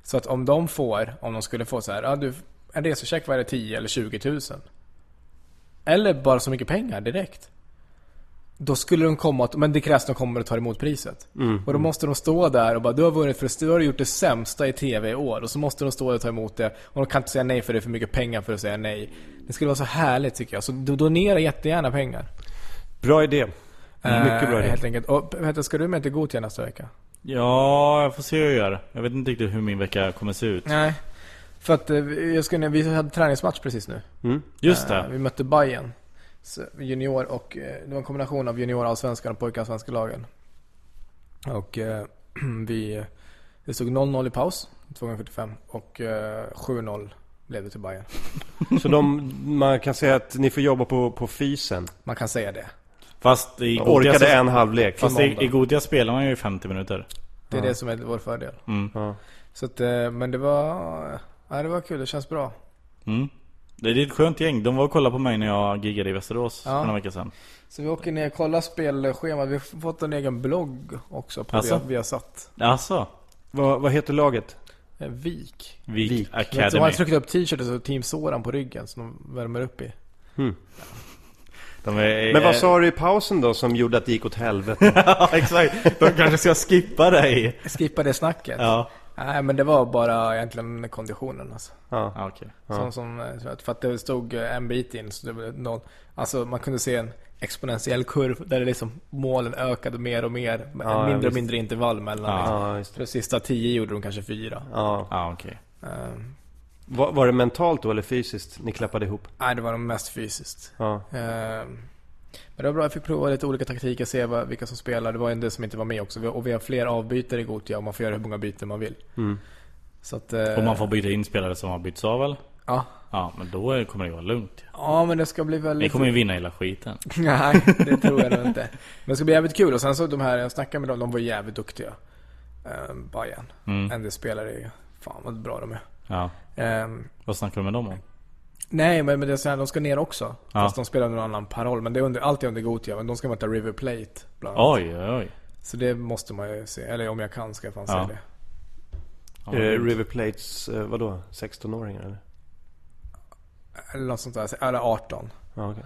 [SPEAKER 2] Så att om de får, om de skulle få så här, ja du, en resecheck vad är det 10 eller 20 000? Eller bara så mycket pengar direkt. Då skulle de komma, att- men det krävs att de kommer och tar emot priset.
[SPEAKER 3] Mm.
[SPEAKER 2] Och då måste de stå där och bara du har vunnit för du har du gjort det sämsta i TV i år. Och så måste de stå och ta emot det. Och de kan inte säga nej för det är för mycket pengar för att säga nej. Det skulle vara så härligt tycker jag. Så do- donera jättegärna pengar.
[SPEAKER 3] Bra idé. Mycket
[SPEAKER 2] Eh,
[SPEAKER 3] bra idé.
[SPEAKER 2] Helt enkelt. Och Petter, ska du med till Gothia nästa vecka?
[SPEAKER 1] Ja, jag får se hur jag gör. Jag vet inte riktigt hur min vecka kommer se ut.
[SPEAKER 2] Nej. För att eh, jag skulle, vi hade träningsmatch precis nu.
[SPEAKER 1] Just
[SPEAKER 2] Eh,
[SPEAKER 1] det.
[SPEAKER 2] Vi mötte Bayern Så Junior och, eh, det var en kombination av junior allsvenskan och pojkallsvenska lagen. Och eh, vi, det stod 0-0 i paus, 2x45 och eh, 7-0 blev det till Bayern
[SPEAKER 3] Så de, man kan säga att ni får jobba på, på fysen.
[SPEAKER 2] Man kan säga det.
[SPEAKER 1] Fast i
[SPEAKER 3] Jag
[SPEAKER 1] Gothia,
[SPEAKER 3] orkade
[SPEAKER 1] så,
[SPEAKER 3] en halvlek.
[SPEAKER 1] fast i, i Gothia spelar man ju i 50 minuter.
[SPEAKER 2] Det är det som är vår fördel.
[SPEAKER 3] Ja.
[SPEAKER 2] Så att, eh, men det var, ja, det var kul, det känns bra.
[SPEAKER 1] Mm. Det är ett skönt gäng. De var och kollade på mig när jag giggade i Västerås
[SPEAKER 2] Ja.
[SPEAKER 1] för några veckor sedan.
[SPEAKER 2] Så vi åker ner och kollar spelschemat. Vi har fått en egen blogg också på
[SPEAKER 1] Alltså?
[SPEAKER 2] vi, vi har satt.
[SPEAKER 1] Alltså,
[SPEAKER 3] Vad, vad heter laget?
[SPEAKER 2] Eh, Vik.
[SPEAKER 1] Vik
[SPEAKER 3] Vik.
[SPEAKER 2] De
[SPEAKER 1] Academy.
[SPEAKER 2] har tryckt upp t-shirts och Team Soran på ryggen som de värmer upp i.
[SPEAKER 1] De är,
[SPEAKER 3] Men vad sa du i pausen då som gjorde att det gick åt helvete?
[SPEAKER 1] Ja, exakt. De kanske ska skippa dig.
[SPEAKER 2] Skippa det snacket.
[SPEAKER 1] Ja.
[SPEAKER 2] Nej men det var bara egentligen konditionen alltså.
[SPEAKER 3] Ja.
[SPEAKER 1] Ah, okej.
[SPEAKER 2] Som, som, eh, för att det stod eh, en bit in så det blev någon, Alltså man kunde se en exponentiell kurv där det liksom målen ökade mer och mer. Med
[SPEAKER 3] Ja, ja,
[SPEAKER 2] en mindre och
[SPEAKER 3] visst.
[SPEAKER 2] mindre intervall mellan. Liksom.
[SPEAKER 3] Ja, just
[SPEAKER 2] Så
[SPEAKER 3] det.
[SPEAKER 2] de sista tio gjorde de kanske fyra.
[SPEAKER 3] Ja.
[SPEAKER 1] Ah, okej.
[SPEAKER 2] Eh,
[SPEAKER 3] Var, var det mentalt då eller fysiskt ni klappade ihop?
[SPEAKER 2] nej det var de mest fysiskt.
[SPEAKER 3] Ja.
[SPEAKER 2] Ehm, Men det var bra, jag fick prova lite olika taktiker, se vad, vilka som spelar. Det var en del som inte var med också. Vi- Och vi har fler avbytare i Gothia och man får göra hur många byten man vill.
[SPEAKER 3] Mm.
[SPEAKER 2] Så att, eh,
[SPEAKER 1] Och man får byta in spelare som har bytts av väl?
[SPEAKER 2] ja.
[SPEAKER 1] Ja, men då är- kommer det vara lugnt.
[SPEAKER 2] ja, men det ska bli väldigt...
[SPEAKER 1] Ni kommer ju vinna hela skiten.
[SPEAKER 2] Nej, det tror jag nog inte. Men det ska bli jävligt kul. Och sen så de här, jag snackade med dem, de var jävligt duktiga. Eh, Bayern.
[SPEAKER 1] Mm.
[SPEAKER 2] En del spelare, är- fan vad bra de är.
[SPEAKER 1] Ja.
[SPEAKER 2] Ehm,
[SPEAKER 1] Vad snackar du med dem om?
[SPEAKER 2] Nej, men men det är så här, de ska ner också.
[SPEAKER 1] Ja.
[SPEAKER 2] Fast de spelar under en annan paroll. Men det är under, allt är under Gothia. Men de ska möta River Plate. Bland annat.
[SPEAKER 1] Oj, oj, oj.
[SPEAKER 2] Så det måste man ju se. Eller om jag kan ska jag fan
[SPEAKER 1] Ja.
[SPEAKER 2] se det.
[SPEAKER 1] Ja,
[SPEAKER 3] Eh,
[SPEAKER 1] men-
[SPEAKER 3] River Plates, eh, vadå? 16-åringar eller?
[SPEAKER 2] Eller något sånt där. Eller 18.
[SPEAKER 3] Ja, okej.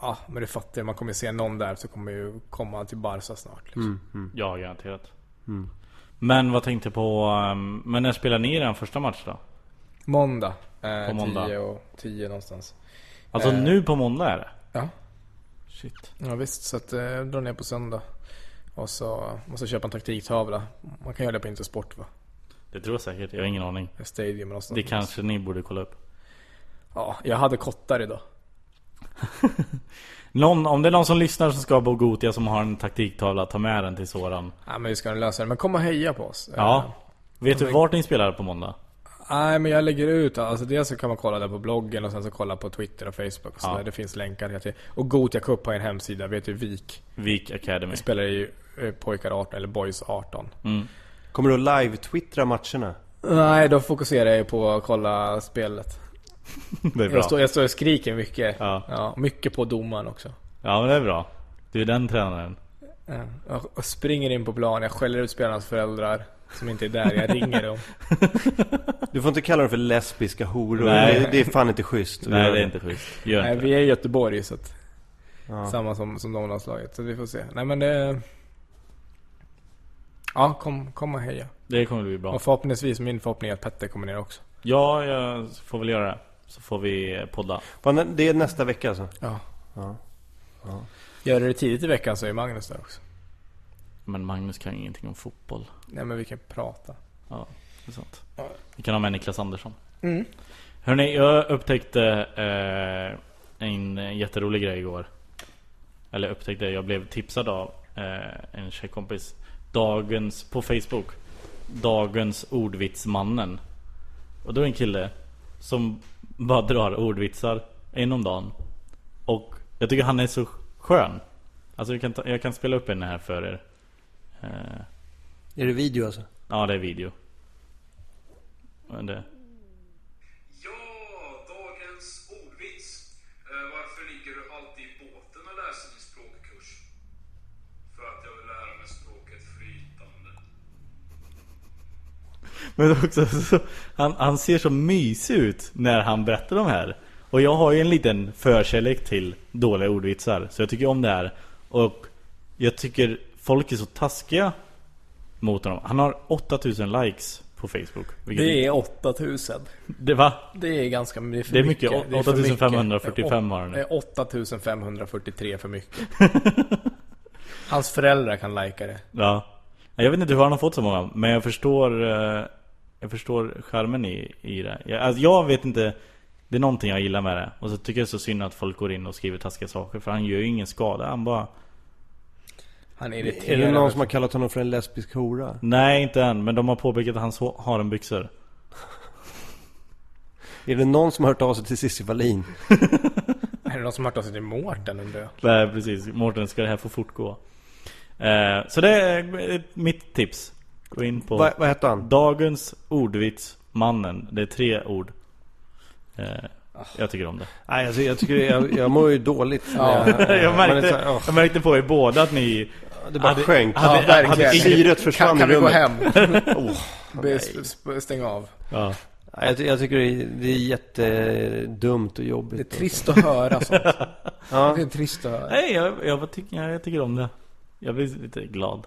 [SPEAKER 2] Ja, men det fattar jag. Man kommer ju se någon där så kommer ju komma till Barca snart. Liksom.
[SPEAKER 1] Ja, garanterat. Mm. Men vad tänkte jag på... ehm, Men när spelar ni den första matchen då?
[SPEAKER 2] Måndag. Eh,
[SPEAKER 1] På måndag.
[SPEAKER 2] 10 och 10 någonstans.
[SPEAKER 1] Alltså
[SPEAKER 2] Eh.
[SPEAKER 1] nu på måndag är det?
[SPEAKER 2] Ja.
[SPEAKER 1] Shit.
[SPEAKER 2] Ja visst, så att eh, dra ner på söndag. Och så måste köpa en taktiktavla. Man kan göra det på Intersport va?
[SPEAKER 1] Det tror jag säkert. Jag har ingen aning.
[SPEAKER 2] Stadium eller
[SPEAKER 1] Det
[SPEAKER 2] sånt.
[SPEAKER 1] kanske ni borde kolla upp.
[SPEAKER 2] Ja, jag hade kottar idag.
[SPEAKER 1] Någon, om det är någon som lyssnar som ska på Gotia som har en taktiktavla, ta med den till Soran.
[SPEAKER 2] Ja men vi ska nog lösa det. Men kom och heja på oss.
[SPEAKER 1] Ja.
[SPEAKER 2] Eh,
[SPEAKER 1] Vet du vart ni spelar på måndag?
[SPEAKER 2] Nej men jag lägger ut, alltså dels så kan man kolla där på bloggen och sen så kolla på Twitter och Facebook och sådär. Det finns länkar hela tiden. Och Gothia Cup har en hemsida, vet du Vik.
[SPEAKER 1] Vik Academy. Mm.
[SPEAKER 2] Vi spelar ju eh, pojkar 18, eller boys 18.
[SPEAKER 3] Kommer du att live-twittra matcherna?
[SPEAKER 2] Nej, då fokuserar jag på att kolla spelet.
[SPEAKER 1] Det är bra.
[SPEAKER 2] Jag står, jag står och skriker mycket.
[SPEAKER 1] Ja.
[SPEAKER 2] Ja, mycket på domaren också.
[SPEAKER 1] Ja men det är bra. Du är den tränaren.
[SPEAKER 2] Ja, Jag jag Eh, springer in på plan, jag skäller ut spelarnas föräldrar som inte är där, jag ringer dem.
[SPEAKER 3] Du får inte kalla dem för lesbiska horor.
[SPEAKER 1] Nej.
[SPEAKER 3] Det, det är fan inte schysst. att
[SPEAKER 1] Nej
[SPEAKER 3] göra
[SPEAKER 1] det är inte schysst. Gör
[SPEAKER 2] Nej,
[SPEAKER 1] inte
[SPEAKER 2] vi
[SPEAKER 1] det.
[SPEAKER 2] är i Göteborg så att,
[SPEAKER 3] Ja.
[SPEAKER 2] samma som, som damlandslaget. Så vi får se. Nej men det... Ja, kom, kom och heja.
[SPEAKER 1] Det kommer bli bra.
[SPEAKER 2] Och förhoppningsvis, min förhoppning är att Petter kommer ner också.
[SPEAKER 1] Ja, jag får väl göra det. Så får vi podda.
[SPEAKER 3] Va, nä- Det är nästa vecka alltså?
[SPEAKER 2] Ja.
[SPEAKER 3] Ja.
[SPEAKER 2] Gör det tidigt i veckan så är Magnus där också.
[SPEAKER 1] Men Magnus kan ju ingenting om fotboll.
[SPEAKER 2] Nej men vi kan prata.
[SPEAKER 1] Ja, det är sant. Vi kan ha med Niklas Andersson.
[SPEAKER 2] Mm.
[SPEAKER 1] Hörni, jag upptäckte eh, en jätterolig grej igår. Eller upptäckte, jag blev tipsad av eh, en tjejkompis. Dagens, på Facebook. Dagens ordvitsmannen. Och då är det en kille som bara drar ordvitsar en om dagen. Och jag tycker han är så skön. Alltså jag kan, ta, jag kan spela upp en här för er. Eh,
[SPEAKER 3] Är det video alltså?
[SPEAKER 1] Ja, det är video. Men det...
[SPEAKER 6] Ja, dagens ordvits. Eh, varför ligger du alltid i båten och läser din språkkurs? För att jag vill lära mig språket flytande.
[SPEAKER 1] Men också, så, han, han ser så mysig ut när han berättar de här. Och jag har ju en liten förkärlek till dåliga ordvitsar, så jag tycker om det här. Och Jag tycker folk är så taskiga mot honom. Han har 8000 likes på Facebook. vilket-
[SPEAKER 7] Det är 8000.
[SPEAKER 1] det, va?
[SPEAKER 2] Det är ganska det är för
[SPEAKER 1] Det är mycket.
[SPEAKER 2] Det är för mycket.
[SPEAKER 1] 8545 har han nu.
[SPEAKER 2] Det är 8543 för mycket. Hans föräldrar kan lajka det.
[SPEAKER 1] Ja. Nej, Jag vet inte hur han har fått så många, men jag förstår eh, Jag förstår charmen i, i det. Jag, alltså jag vet inte Det är någonting jag gillar med det. Och så tycker jag det är så synd att folk går in och skriver taskiga saker för han gör ju ingen skada. Han bara
[SPEAKER 2] Han är
[SPEAKER 3] Är
[SPEAKER 2] irriterad.
[SPEAKER 3] det någon som har kallat honom för en lesbisk hora?
[SPEAKER 1] Nej inte än, men de har påpekat att han så- har en byxor.
[SPEAKER 3] Är det någon som har hört av sig till Cissi Wallin?
[SPEAKER 2] Är det någon som har hört av sig till Mårten undrar jag?
[SPEAKER 1] Nej precis, Mårten ska det här få fortgå? Eh, så det är eh, mitt tips. Gå in på
[SPEAKER 3] Vad, vad hette han?
[SPEAKER 1] Dagens ordvits mannen. Det är tre ord. Eh, jag tycker om det.
[SPEAKER 3] Nej, alltså, jag, tycker, jag, jag mår ju dåligt.
[SPEAKER 2] Ja.
[SPEAKER 1] Jag
[SPEAKER 3] Man är så
[SPEAKER 1] märkte,
[SPEAKER 3] här, åh,
[SPEAKER 1] jag märkte på er båda att ni
[SPEAKER 3] det bara sjönk.
[SPEAKER 1] hade- hade
[SPEAKER 2] verkligen.
[SPEAKER 1] ingen-
[SPEAKER 3] Syret försvann
[SPEAKER 2] Kan, kan
[SPEAKER 3] i
[SPEAKER 2] vi gå
[SPEAKER 3] rummet.
[SPEAKER 2] hem?
[SPEAKER 3] Oh.
[SPEAKER 2] Be- sp- Stäng av.
[SPEAKER 1] Ja.
[SPEAKER 3] Nej, Jag, ty- jag tycker det är, det är jättedumt och
[SPEAKER 2] Det är
[SPEAKER 3] jobbigt.
[SPEAKER 2] trist att höra sånt.
[SPEAKER 3] Ja.
[SPEAKER 2] Det är trist att höra.
[SPEAKER 1] Nej, jag, jag, vad tycker, jag, jag tycker om det. Jag blir lite glad.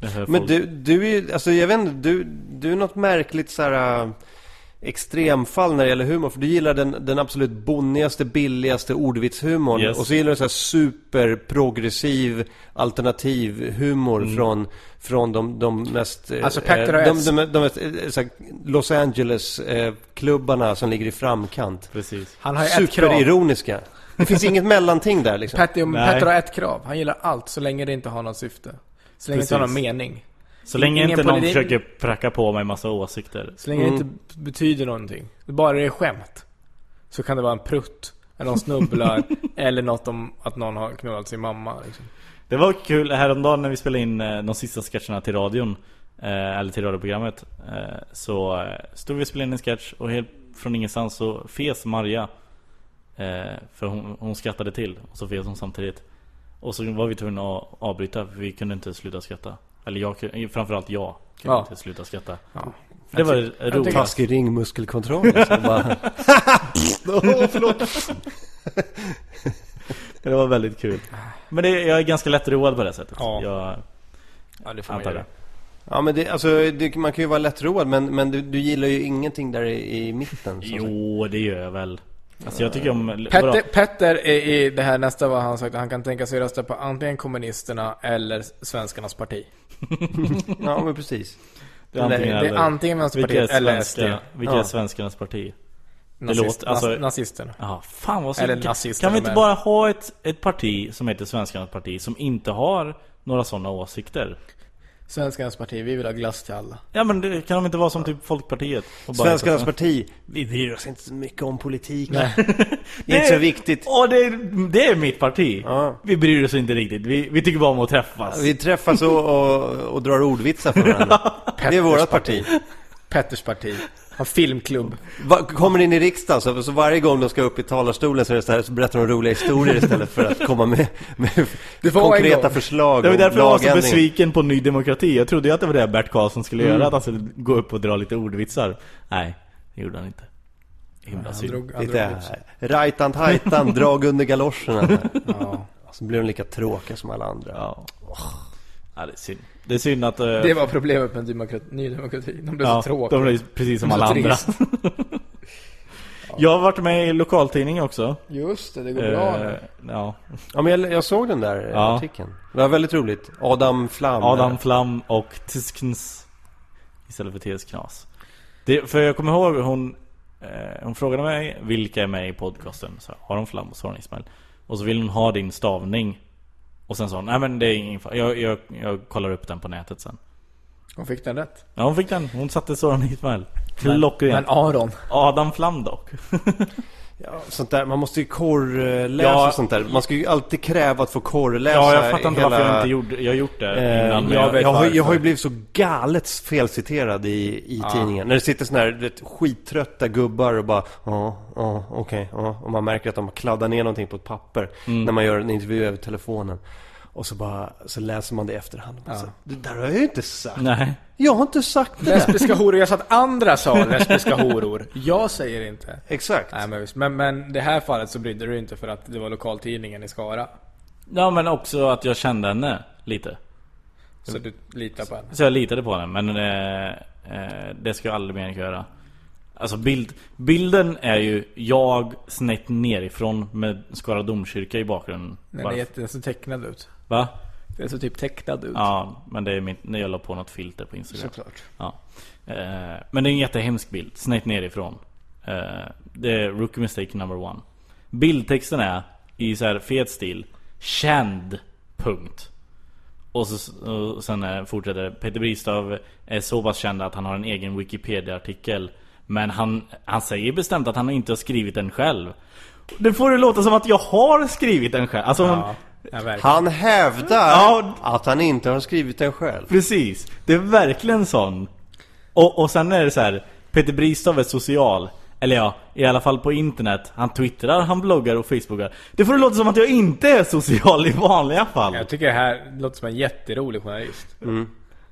[SPEAKER 1] när jag hör
[SPEAKER 3] Men
[SPEAKER 1] folk-
[SPEAKER 3] du, du är ju, alltså jag vet inte, du, du är något märkligt så här äh, extremfall när det gäller humor. För du gillar den, den absolut bonnigaste, billigaste ordvitshumorn.
[SPEAKER 1] Yes.
[SPEAKER 3] Och så gillar du så här superprogressiv alternativ humor från, från de, de mest... eh,
[SPEAKER 2] Mm. Alltså, Petter och
[SPEAKER 3] eh,
[SPEAKER 2] S.
[SPEAKER 3] de, de, de mest eh, så här, Los Angeles-klubbarna äh, som ligger i framkant.
[SPEAKER 1] Precis.
[SPEAKER 2] Han har ju ett krav.
[SPEAKER 3] Superironiska. Det finns inget mellanting där liksom.
[SPEAKER 2] Petter,
[SPEAKER 1] Nej.
[SPEAKER 2] Petter har ett krav. Han gillar allt så länge det inte har något syfte. Så länge det inte har någon
[SPEAKER 1] Precis.
[SPEAKER 2] mening.
[SPEAKER 1] Så länge
[SPEAKER 2] Ingen
[SPEAKER 1] inte någon
[SPEAKER 2] politi-
[SPEAKER 1] försöker pracka på mig massa åsikter.
[SPEAKER 2] Så länge
[SPEAKER 3] Mm.
[SPEAKER 2] det inte b- betyder någonting. Bara det är skämt. Så kan det vara en prutt. Eller någon snubblar. eller något om att någon har knullat sin mamma. Liksom.
[SPEAKER 1] Det var kul häromdagen när vi spelade in eh, de sista sketcherna till radion. Eh, eller till radioprogrammet. Eh, så eh, stod vi och spelade in en sketch och helt från ingenstans så fes Marja. Eh, för hon, hon skrattade till och så fes hon samtidigt. Och så var vi tvungna att avbryta för vi kunde inte sluta skratta. Eller jag, kunde- framförallt jag kunde
[SPEAKER 2] Ja.
[SPEAKER 1] inte sluta skratta.
[SPEAKER 2] Ja.
[SPEAKER 1] Det var
[SPEAKER 2] tycker-
[SPEAKER 1] roligt.
[SPEAKER 3] Taskig ringmuskelkontroll liksom. Bara,
[SPEAKER 1] Det var väldigt kul. Men det, jag är ganska lättroad på det sättet.
[SPEAKER 2] Ja.
[SPEAKER 1] Jag
[SPEAKER 2] Ja, det får man
[SPEAKER 1] antar
[SPEAKER 2] göra.
[SPEAKER 1] det.
[SPEAKER 3] Ja men det, alltså, det, man kan ju vara lättroad men, men du, du gillar ju ingenting där i, i mitten. som sagt.
[SPEAKER 1] Jo, det gör jag väl. Alltså jag tycker om... vadå?
[SPEAKER 2] Petter, Petter är i det här nästa vad han sagt. Han kan tänka sig rösta på antingen Kommunisterna eller Svenskarnas Parti.
[SPEAKER 3] Ja men precis.
[SPEAKER 1] Det är antingen
[SPEAKER 2] Det är
[SPEAKER 1] eller.
[SPEAKER 2] antingen Vänsterpartiet eller SD.
[SPEAKER 1] svenska, Vilka är
[SPEAKER 3] Ja.
[SPEAKER 1] svenskarnas parti?
[SPEAKER 2] Nazist,
[SPEAKER 1] låter- alltså-
[SPEAKER 2] nas- nazisterna.
[SPEAKER 1] Ja, fan vad så...
[SPEAKER 2] Eller
[SPEAKER 1] kan,
[SPEAKER 2] nazisterna
[SPEAKER 1] kan vi inte
[SPEAKER 2] med.
[SPEAKER 1] bara ha ett, ett parti som heter svenskarnas parti som inte har några sådana åsikter?
[SPEAKER 2] Svenskarnas Parti, vi vill ha glass till alla.
[SPEAKER 1] Ja men det, kan de inte vara som typ Folkpartiet? och bara-
[SPEAKER 3] Svenskarnas parti. Vi bryr oss inte så mycket om politik. Det är
[SPEAKER 1] Det-
[SPEAKER 3] inte så viktigt.
[SPEAKER 1] Åh, det, är- det är mitt parti!
[SPEAKER 3] Ja.
[SPEAKER 1] Vi bryr oss inte riktigt. Vi, vi tycker bara om att träffas.
[SPEAKER 3] Vi träffas och, och, och drar ordvitsar för varandra. Det är vårt parti.
[SPEAKER 2] Petters Parti. Har filmklubb.
[SPEAKER 3] Va, kommer in i riksdagen så, så varje gång de ska upp i talarstolen så, är det så, här, så berättar de roliga historier istället för att komma med, med
[SPEAKER 2] Det var en
[SPEAKER 3] konkreta
[SPEAKER 2] gång.
[SPEAKER 3] förslag
[SPEAKER 1] Det var
[SPEAKER 3] om
[SPEAKER 1] därför jag var så
[SPEAKER 3] lagändringar.
[SPEAKER 1] besviken på Ny Demokrati. Jag trodde ju att det var det Bert Karlsson skulle
[SPEAKER 3] Mm.
[SPEAKER 1] göra, att han skulle gå upp och dra lite ordvitsar. Nej, det gjorde han inte. Himla
[SPEAKER 2] Han
[SPEAKER 1] synd.
[SPEAKER 2] drog, han drog
[SPEAKER 3] Lite
[SPEAKER 2] upp sig.
[SPEAKER 3] rajtan hajtan, drag under galoscherna.
[SPEAKER 2] Ja.
[SPEAKER 3] Så blir de lika tråkiga som alla andra.
[SPEAKER 1] Ja. ja, det är synd. Det är synd att... eh,
[SPEAKER 2] Det var problemet med demokrati, Ny Demokrati. De blev
[SPEAKER 1] ja,
[SPEAKER 2] så tråkiga.
[SPEAKER 1] De blev precis som
[SPEAKER 2] Så
[SPEAKER 1] alla andra.
[SPEAKER 2] trist.
[SPEAKER 1] Jag har varit med i lokaltidning också.
[SPEAKER 2] Just det, det går bra
[SPEAKER 1] Eh,
[SPEAKER 2] nu.
[SPEAKER 1] ja.
[SPEAKER 3] Ja men jag, jag såg den där eh,
[SPEAKER 1] Ja.
[SPEAKER 3] artikeln. Det var väldigt roligt. Adam Flam.
[SPEAKER 1] Adam Flam och Tiskens istället för TS Knas. Det, för jag kommer ihåg hon, eh, hon frågade mig vilka är med i podcasten. Så här, har hon Flam och så har hon Ismail. Och så vill hon ha din stavning. Och sen sa hon, nej men det är ingen fa- jag, jag, jag kollar upp den på nätet sen.
[SPEAKER 2] Hon fick den rätt.
[SPEAKER 1] Ja hon fick den, hon satte Soran Ismail. Klockrent.
[SPEAKER 2] Men Aron.
[SPEAKER 1] Adam Flam dock.
[SPEAKER 3] Ja, sånt där. Man måste ju korrläsa
[SPEAKER 1] Ja.
[SPEAKER 3] och sånt där. Man ska ju alltid kräva att få korrläsa
[SPEAKER 1] Ja jag fattar inte
[SPEAKER 3] hela-
[SPEAKER 1] varför jag inte gjorde, jag har gjort det
[SPEAKER 3] Eh,
[SPEAKER 1] innan. men
[SPEAKER 3] jag,
[SPEAKER 1] jag,
[SPEAKER 3] jag, har, ju- jag har ju
[SPEAKER 2] varför.
[SPEAKER 3] blivit så galet felciterad i, i
[SPEAKER 1] Ah.
[SPEAKER 3] tidningen. När det sitter såna här du vet, skittrötta gubbar och bara ja, ja, okej, ja. Och man märker att de har kladdat ner någonting på ett papper
[SPEAKER 1] Mm.
[SPEAKER 3] när man gör en intervju över telefonen. Och så bara, så läser man det i efterhand. Och bara så, det där har jag ju inte sagt.
[SPEAKER 1] Nej.
[SPEAKER 3] Jag har inte sagt det.
[SPEAKER 2] Lesbiska horor. Jag sa att andra sa lesbiska horor. Jag säger inte.
[SPEAKER 3] Exakt.
[SPEAKER 2] Nej men visst. Men, men det här fallet så brydde du dig inte för att det var lokaltidningen i Skara.
[SPEAKER 1] Ja men också att jag kände henne lite.
[SPEAKER 2] Så du litar på henne?
[SPEAKER 1] Så jag litade på den men eh, eh, det ska jag aldrig mer göra. Alltså bild, bilden är ju jag snett nerifrån med Skara domkyrka i bakgrunden.
[SPEAKER 2] Den är
[SPEAKER 1] Bara-
[SPEAKER 2] jätte, den ser tecknad ut.
[SPEAKER 1] Va?
[SPEAKER 2] Den ser typ tecknad ut.
[SPEAKER 1] Ja, men det är mitt, när jag la på något filter på Instagram.
[SPEAKER 3] Såklart.
[SPEAKER 1] Ja. Eh, men det är en jättehemsk bild, snett nerifrån. Eh, det är rookie mistake number one. Bildtexten är i så här fet stil. Känd. Punkt. Och, så, och sen eh, fortsätter det. Peter Bristav är så pass känd att han har en egen Wikipedia-artikel. Men han, han säger bestämt att han inte har skrivit den själv. Det får det låta som att jag har skrivit den själv. Alltså, hon,
[SPEAKER 2] Ja, ja verkligen.
[SPEAKER 3] Han hävdar
[SPEAKER 1] Ja.
[SPEAKER 3] att han inte har skrivit den själv.
[SPEAKER 1] Precis, det är verkligen sån. Och, och sen är det så här. Peter Bristav är social. Eller ja, i alla fall på internet. Han twittrar, han bloggar och facebookar. Det får det låta som att jag inte är social i vanliga fall.
[SPEAKER 2] Jag tycker det här låter som en jätterolig journalist.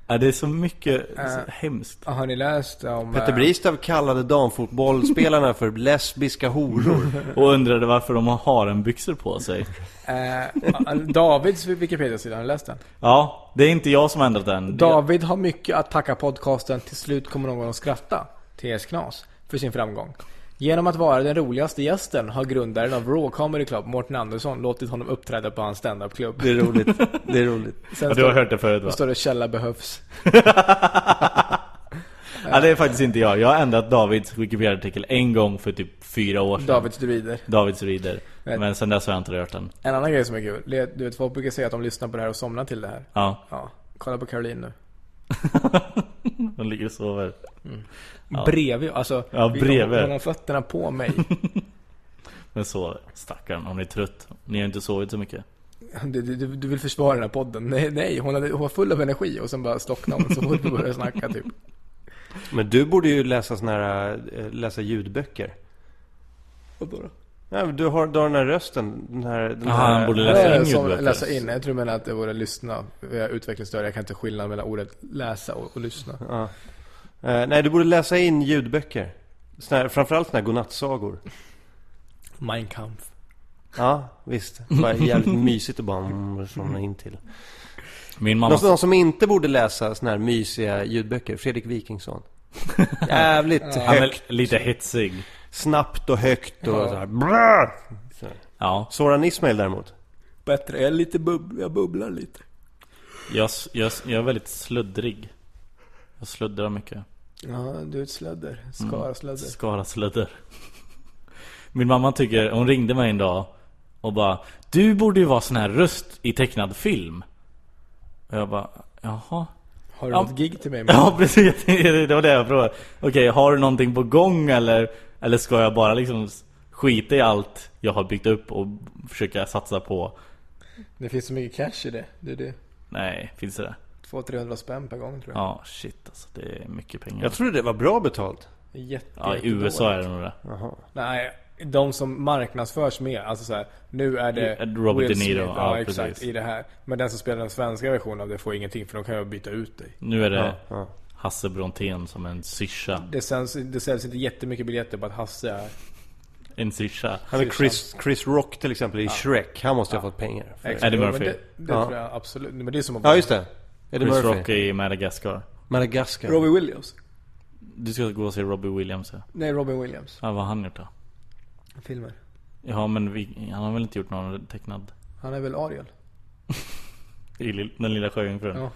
[SPEAKER 1] Ja, det är så mycket så hemskt.
[SPEAKER 2] Har ni läst om...
[SPEAKER 3] Peter
[SPEAKER 2] eh,
[SPEAKER 3] Bristav kallade damfotbollsspelarna för lesbiska horor.
[SPEAKER 1] Och undrade varför de har harenbyxor på sig.
[SPEAKER 2] Eh, Davids Wikipedia-sida, har ni läst den?
[SPEAKER 1] Ja, det är inte jag som har ändrat den. Det-
[SPEAKER 2] David har mycket att tacka podcasten. Till slut kommer någon att skratta till ers knas för sin framgång. Genom att vara den roligaste gästen har grundaren av Raw Comedy Club, Morten Andersson, låtit honom uppträda på hans standup-klubb.
[SPEAKER 3] Det är roligt. Det är roligt.
[SPEAKER 2] Sen
[SPEAKER 1] Ja, du har hört det förut va?
[SPEAKER 2] Då står det 'Källa behövs'
[SPEAKER 1] Ja, det är faktiskt inte jag. Jag har ändrat Davids Wikipedia-artikel en gång för typ fyra år sedan.
[SPEAKER 2] Davids druider.
[SPEAKER 1] Davids rider.
[SPEAKER 2] Nej.
[SPEAKER 1] Men sen dess har jag inte rört den.
[SPEAKER 2] En annan grej som är kul, det är- du vet folk brukar säga att de lyssnar på det här och somnar till det här.
[SPEAKER 1] Ja.
[SPEAKER 2] Ja, kolla på Caroline nu.
[SPEAKER 1] Hon ligger och sover.
[SPEAKER 2] Bredvid, alltså.
[SPEAKER 1] Ja,
[SPEAKER 2] vi-
[SPEAKER 1] bredvid.
[SPEAKER 2] Hon har fötterna på mig.
[SPEAKER 1] Men sover. Stackarn, om ni är trött. Ni har inte sovit så mycket.
[SPEAKER 2] Du, du, du- du vill försvara den här podden. Nej, nej hon, hade, hon var full av energi och sen bara slocknade hon så fort vi började snacka typ.
[SPEAKER 3] Men du borde ju läsa såna här, eh, läsa ljudböcker.
[SPEAKER 2] Vadå då?
[SPEAKER 3] Ja, men du, har, du har den här rösten. Den här, den
[SPEAKER 1] Ah,
[SPEAKER 3] här,
[SPEAKER 1] han borde läsa
[SPEAKER 2] Läsa
[SPEAKER 1] in
[SPEAKER 2] in, som,
[SPEAKER 1] ljudböcker.
[SPEAKER 2] läsa in. Jag tror du menar att det vore lyssna. Jag är utvecklingsstörd, jag kan inte skilja mellan ordet läsa och, och lyssna.
[SPEAKER 3] Ja. Eh, nej, du borde läsa in ljudböcker. Såna här, framförallt såna här godnattsagor.
[SPEAKER 2] Mein Kampf.
[SPEAKER 3] Ja, visst. Det var jävligt mysigt att bara mm, somna in till.
[SPEAKER 1] Min mamma...
[SPEAKER 3] Någon, någon som inte borde läsa såna här mysiga ljudböcker? Fredrik Wikingsson. Jävligt
[SPEAKER 1] Han är
[SPEAKER 3] högt.
[SPEAKER 1] lite hetsig.
[SPEAKER 3] Snabbt och högt och så här. brrr. Så här.
[SPEAKER 1] Ja.
[SPEAKER 3] Soran Ismail däremot.
[SPEAKER 2] Bättre, jag är lite bubbl, jag bubblar lite.
[SPEAKER 1] Jag, s- jag, s- jag är väldigt sluddrig. Jag sluddrar mycket.
[SPEAKER 2] Ja, du är ett sladder. Skara sladder.
[SPEAKER 1] Skara sluddar. Min mamma tycker... Hon ringde mig en dag och bara... Du borde ju vara sån här röst i tecknad film. Och jag bara... Jaha?
[SPEAKER 2] Har du
[SPEAKER 1] Ja.
[SPEAKER 2] något gig till mig?
[SPEAKER 1] Ja precis, det var det jag frågade. Okej, har du någonting på gång eller, eller ska jag bara liksom skita i allt jag har byggt upp och försöka satsa på?
[SPEAKER 2] Det finns så mycket cash i det. Det är det.
[SPEAKER 1] Nej, finns det det?
[SPEAKER 2] 200-300 spänn per gång tror jag.
[SPEAKER 1] Ja, shit alltså. Det är mycket pengar.
[SPEAKER 3] Jag trodde det var bra betalt.
[SPEAKER 2] Det är Jätte,
[SPEAKER 1] ja, i
[SPEAKER 2] jättedåligt.
[SPEAKER 1] USA är det nog det.
[SPEAKER 2] Nej, de som marknadsförs med. Alltså så här, nu är det
[SPEAKER 1] Robert
[SPEAKER 2] Will
[SPEAKER 1] De Niro,
[SPEAKER 2] Smith,
[SPEAKER 1] ja,
[SPEAKER 2] ja, exakt,
[SPEAKER 1] precis.
[SPEAKER 2] i det här. Men den som spelar den svenska versionen av det får ingenting för de kan ju byta ut dig.
[SPEAKER 1] Nu är det
[SPEAKER 3] Ja, ja.
[SPEAKER 1] Hasse Brontén som en syrsa.
[SPEAKER 2] Det säljs, det säljs inte jättemycket biljetter på att Hasse är...
[SPEAKER 1] En syrsa.
[SPEAKER 3] Han är Chris, Chris Rock till exempel i Shrek. Han måste ha fått pengar. för det.
[SPEAKER 2] Exakt,
[SPEAKER 1] Eddie
[SPEAKER 2] men
[SPEAKER 1] Murphy.
[SPEAKER 2] Det, det
[SPEAKER 3] Ja.
[SPEAKER 2] tror jag absolut. Men det är som att...
[SPEAKER 3] Ja, just det. Eddie
[SPEAKER 1] Chris
[SPEAKER 3] Murphy.
[SPEAKER 1] Rock i Madagaskar.
[SPEAKER 3] Madagaskar.
[SPEAKER 2] Robbie Williams.
[SPEAKER 1] Du ska gå och se Robbie Williams ja.
[SPEAKER 2] Nej, Robin Williams.
[SPEAKER 1] ja vad har han gjort då?
[SPEAKER 2] Filmer.
[SPEAKER 1] Ja men vi, han har väl inte gjort någon tecknad?
[SPEAKER 2] Han är väl Ariel?
[SPEAKER 1] I Lill- Den lilla sjöjungfrun?
[SPEAKER 2] Ja.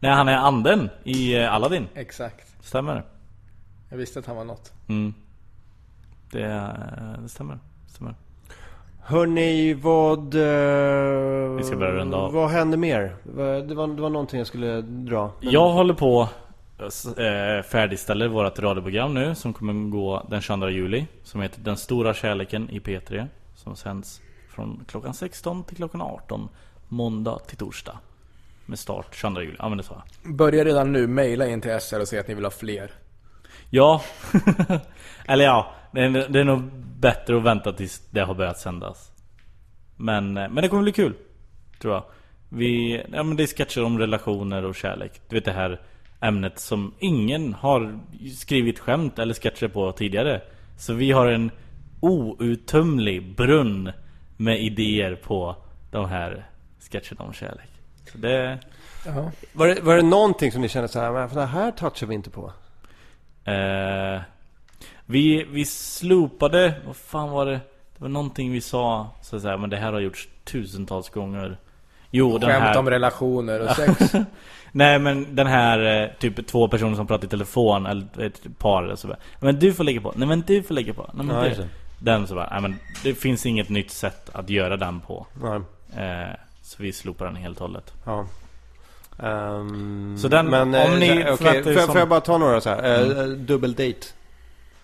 [SPEAKER 1] Nej han är anden i eh, Aladdin.
[SPEAKER 2] Exakt.
[SPEAKER 1] Stämmer det?
[SPEAKER 2] Jag visste att han var något.
[SPEAKER 1] Mm. Det, eh, det stämmer. stämmer.
[SPEAKER 3] Hörni, vad... eh,
[SPEAKER 1] Vi ska börja runda av.
[SPEAKER 3] Vad hände mer? Va- Det var, det var någonting jag skulle dra. Men-
[SPEAKER 1] Jag håller på s- eh, färdigställer vårt radioprogram nu som kommer gå den 22 juli. Som heter Den stora kärleken i P3. Som sänds från klockan 16 till klockan 18. Måndag till torsdag. Med start 22 juli. Ja men det sa jag.
[SPEAKER 2] Börja redan nu, mejla in till SR och säg att ni vill ha fler.
[SPEAKER 1] Ja. Eller ja. Det är, det är nog bättre att vänta tills det har börjat sändas. Men, eh, men det kommer bli kul. Tror jag. Vi, ja, men det är sketcher om relationer och kärlek. Du vet det här ämnet som ingen har skrivit skämt eller sketcher på tidigare. Så vi har en outtömlig brunn med idéer på de här sketcherna om kärlek. Så det...
[SPEAKER 2] Ja.
[SPEAKER 3] Var det, var det någonting som ni kände så här, men det här touchar vi inte på?
[SPEAKER 1] Eh, vi, vi slopade, vad fan var det? Det var någonting vi sa, så att säga, men det här har gjorts tusentals gånger. Jo, den
[SPEAKER 2] Skämt
[SPEAKER 1] här...
[SPEAKER 2] om relationer och sex.
[SPEAKER 1] Nej men den här eh, typ två personer som pratar i telefon eller ett par eller så bara, Men du får lägga på, nej men du får lägga på, nej men
[SPEAKER 3] Ja,
[SPEAKER 1] du.
[SPEAKER 3] just det.
[SPEAKER 1] Den så bara, nej men det finns inget nytt sätt att göra den på
[SPEAKER 3] Nej.
[SPEAKER 1] eh, Så vi slopar den helt och hållet
[SPEAKER 3] Ja. Ehm,
[SPEAKER 1] Så den- om
[SPEAKER 3] eh,
[SPEAKER 1] ni-
[SPEAKER 3] okej,
[SPEAKER 1] för att det är som-
[SPEAKER 3] får, jag-
[SPEAKER 1] Mm.
[SPEAKER 3] får jag bara ta några så här? Eh, Dubbeldate.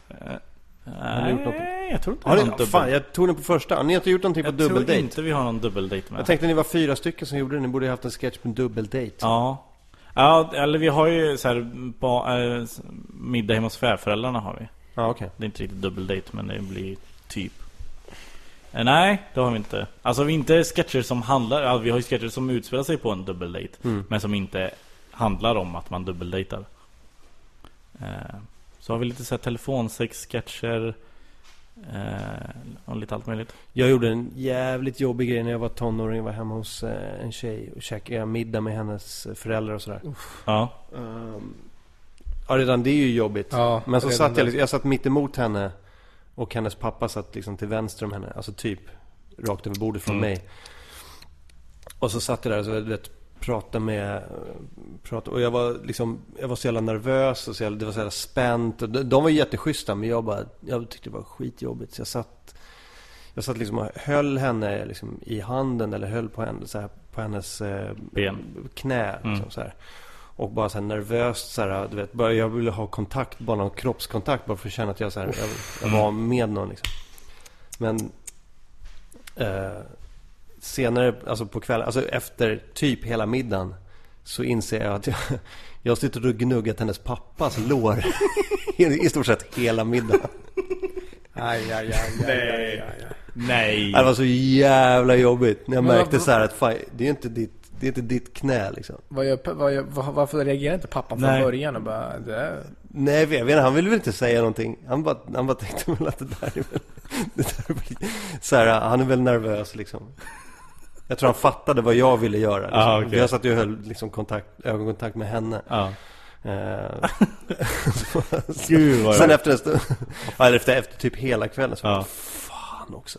[SPEAKER 3] ni gjort något?
[SPEAKER 1] Nej jag tror inte
[SPEAKER 3] Har
[SPEAKER 1] vi
[SPEAKER 3] ni,
[SPEAKER 1] har någon
[SPEAKER 3] fan,
[SPEAKER 1] dubbel
[SPEAKER 3] jag tog den på första. Ni har inte gjort någonting på
[SPEAKER 1] Jag tror
[SPEAKER 3] dubbeldate?
[SPEAKER 1] inte vi har någon dubbeldate med
[SPEAKER 3] Jag tänkte ni var fyra stycken som gjorde det. Ni borde ju haft en sketch på en dubbeldate.
[SPEAKER 1] Ja Ja, eller vi har ju så här, ba, eh, s- middag hemma hos svärföräldrarna har vi
[SPEAKER 3] Ja, okej.
[SPEAKER 1] Det är inte riktigt dubbeldate men det blir typ Eh, Nej, det har vi inte. Alltså vi inte sketcher som handlar, ja, vi har ju sketcher som utspelar sig på en dubbeldate Men som inte handlar om att man dubbeldejtar Eh, Så har vi lite såhär telefonsex-sketcher eh, Och lite allt möjligt
[SPEAKER 3] Jag gjorde en jävligt jobbig grej när jag var tonåring. Jag var hemma hos eh, en tjej och käkade middag med hennes föräldrar och sådär.
[SPEAKER 1] Ja,
[SPEAKER 3] Ehm, ja, redan det är ju jobbigt.
[SPEAKER 2] Ja,
[SPEAKER 3] Men så
[SPEAKER 2] redan
[SPEAKER 3] satt
[SPEAKER 2] där.
[SPEAKER 3] jag, liksom- jag satt mitt emot henne och hennes pappa satt liksom till vänster om henne. Alltså typ rakt över bordet från
[SPEAKER 1] Mm.
[SPEAKER 3] mig. Och så satt jag där och så, du vet, pratade med... Pratade, och jag var, liksom, jag var så jävla nervös och så jävla, det var så jävla spänt. Och de, de var jätteschyssta men jag bara... Jag tyckte det var skitjobbigt. Så jag satt... Jag satt liksom och höll henne liksom i handen eller höll på, henne, så här, på hennes eh,
[SPEAKER 1] ben
[SPEAKER 3] knä. Liksom,
[SPEAKER 1] Mm.
[SPEAKER 3] så här. Och bara så här nervöst så här, du vet, bara, jag ville ha kontakt, bara någon kroppskontakt bara för att känna att jag, så här, jag, jag var
[SPEAKER 2] Mm.
[SPEAKER 3] med någon liksom. Men eh, senare, alltså på kvällen, alltså efter typ hela middagen så inser jag att jag, jag har suttit och gnuggat hennes pappas lår i, i stort sett hela middagen.
[SPEAKER 2] Aj, aj, aj, aj, aj, aj, aj.
[SPEAKER 1] Nej!
[SPEAKER 3] Det var så jävla jobbigt när jag
[SPEAKER 2] Men vad-
[SPEAKER 3] märkte så här att fan, det är inte ditt, det är inte ditt knä liksom.
[SPEAKER 2] Vad gör, vad gör, var- varför reagerar inte pappan från
[SPEAKER 1] Nej.
[SPEAKER 2] början och bara... Det är...
[SPEAKER 3] Nej, jag vet jag vet inte, han ville väl inte säga någonting. Han bara, han bara tänkte väl att det där är väl... Det där är väl så här, han är väl nervös liksom. Jag tror han fattade vad jag ville göra. Liksom.
[SPEAKER 1] Ah, okej.
[SPEAKER 3] Jag satt ju och höll liksom, kontakt, ögonkontakt med henne.
[SPEAKER 1] Ja.
[SPEAKER 3] Eh, så-
[SPEAKER 1] Gud vad
[SPEAKER 3] Sen
[SPEAKER 1] jag...
[SPEAKER 3] efter en stund, ja, eller efter, efter typ hela kvällen, så
[SPEAKER 1] Ja.
[SPEAKER 3] bara, fan också.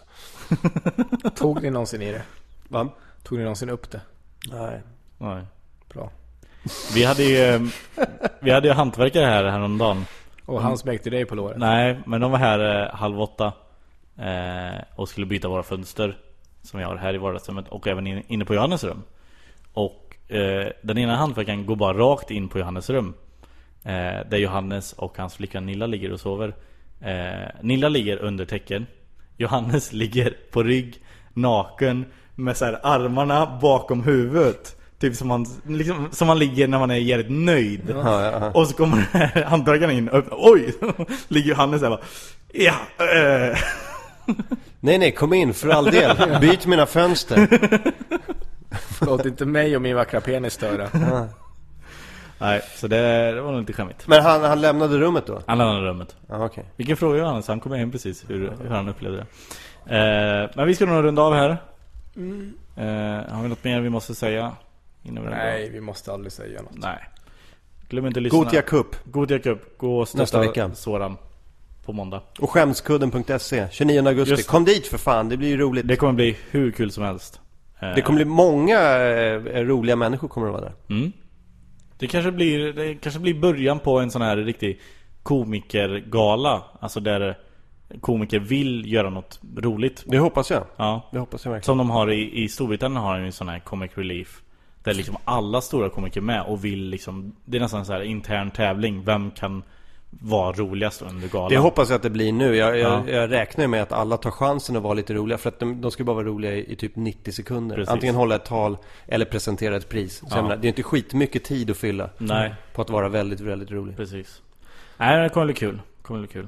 [SPEAKER 2] Tog ni någonsin i det?
[SPEAKER 3] Va?
[SPEAKER 2] Tog ni någonsin upp det?
[SPEAKER 3] Nej.
[SPEAKER 1] Nej.
[SPEAKER 2] Bra.
[SPEAKER 1] Vi hade ju eh, Vi hade ju hantverkare här häromdagen
[SPEAKER 3] Mm.
[SPEAKER 2] Och han smekte dig på låret?
[SPEAKER 1] Nej, men de var här eh, halv åtta eh, Och skulle byta våra fönster Som vi har här i vardagsrummet och även in, inne på Johannes rum Och eh, den ena hantverkaren går bara rakt in på Johannes rum eh, Där Johannes och hans flickvän Nilla ligger och sover eh, Nilla ligger under täcken Johannes ligger på rygg Naken Med så här armarna bakom huvudet Typ som man, liksom, som man ligger när man är jävligt nöjd
[SPEAKER 3] Ja, ja, ja.
[SPEAKER 1] och så kommer den här hantverkaren in och öppnar. Oj! Ligger Johannes där bara Ja! Eh.
[SPEAKER 3] Nej, nej, kom in för all del. Byt mina fönster.
[SPEAKER 2] Låt inte mig och min vackra penis störa.
[SPEAKER 1] Nej, så det, det var nog lite skämmigt.
[SPEAKER 3] Men han, han lämnade rummet då?
[SPEAKER 1] Han lämnade rummet.
[SPEAKER 3] Ja, okej.
[SPEAKER 1] Vilken fråga Johannes, han kom hem precis hur, hur han upplevde det. Eh, men vi ska nog runda av här. Eh, har vi något mer vi måste säga? Innan vi rundar av?
[SPEAKER 2] Nej, vi måste aldrig säga något.
[SPEAKER 1] Nej. Glöm inte att lyssna.
[SPEAKER 3] Gothia Cup.
[SPEAKER 1] Gothia Cup. Gå och
[SPEAKER 3] Nästa
[SPEAKER 1] stötta
[SPEAKER 3] vecka.
[SPEAKER 1] Soran. På måndag.
[SPEAKER 3] Och skämskudden.se, 29 augusti.
[SPEAKER 1] Just det.
[SPEAKER 3] Kom dit för fan, det blir ju roligt.
[SPEAKER 1] Det
[SPEAKER 3] Det,
[SPEAKER 1] kommer bli hur kul som helst. Eh,
[SPEAKER 3] kommer bli många eh, roliga människor kommer att vara där.
[SPEAKER 1] Mm. Det kanske blir, det kanske blir början på en sån här riktig komikergala. Alltså där komiker vill göra något roligt.
[SPEAKER 3] Det hoppas jag.
[SPEAKER 1] Ja.
[SPEAKER 3] Det hoppas jag verkligen.
[SPEAKER 1] Som de har i, i Storbritannien har de ju en sån här comic relief. Där liksom alla stora komiker är med och vill liksom Det är nästan en sån här intern tävling. Vem kan vara roligast under galan?
[SPEAKER 3] Det hoppas jag att det blir nu. Jag, jag,
[SPEAKER 1] Ja.
[SPEAKER 3] jag räknar ju med att alla tar chansen att vara lite roliga. För att de, de ska bara vara roliga i, i typ 90 sekunder.
[SPEAKER 1] Precis.
[SPEAKER 3] Antingen hålla ett tal eller presentera ett pris. Så jag menar, det är inte skitmycket tid att fylla
[SPEAKER 1] Nej.
[SPEAKER 3] på att vara väldigt, väldigt rolig.
[SPEAKER 1] Precis. Nej, det kommer bli kul. Det kommer bli kul.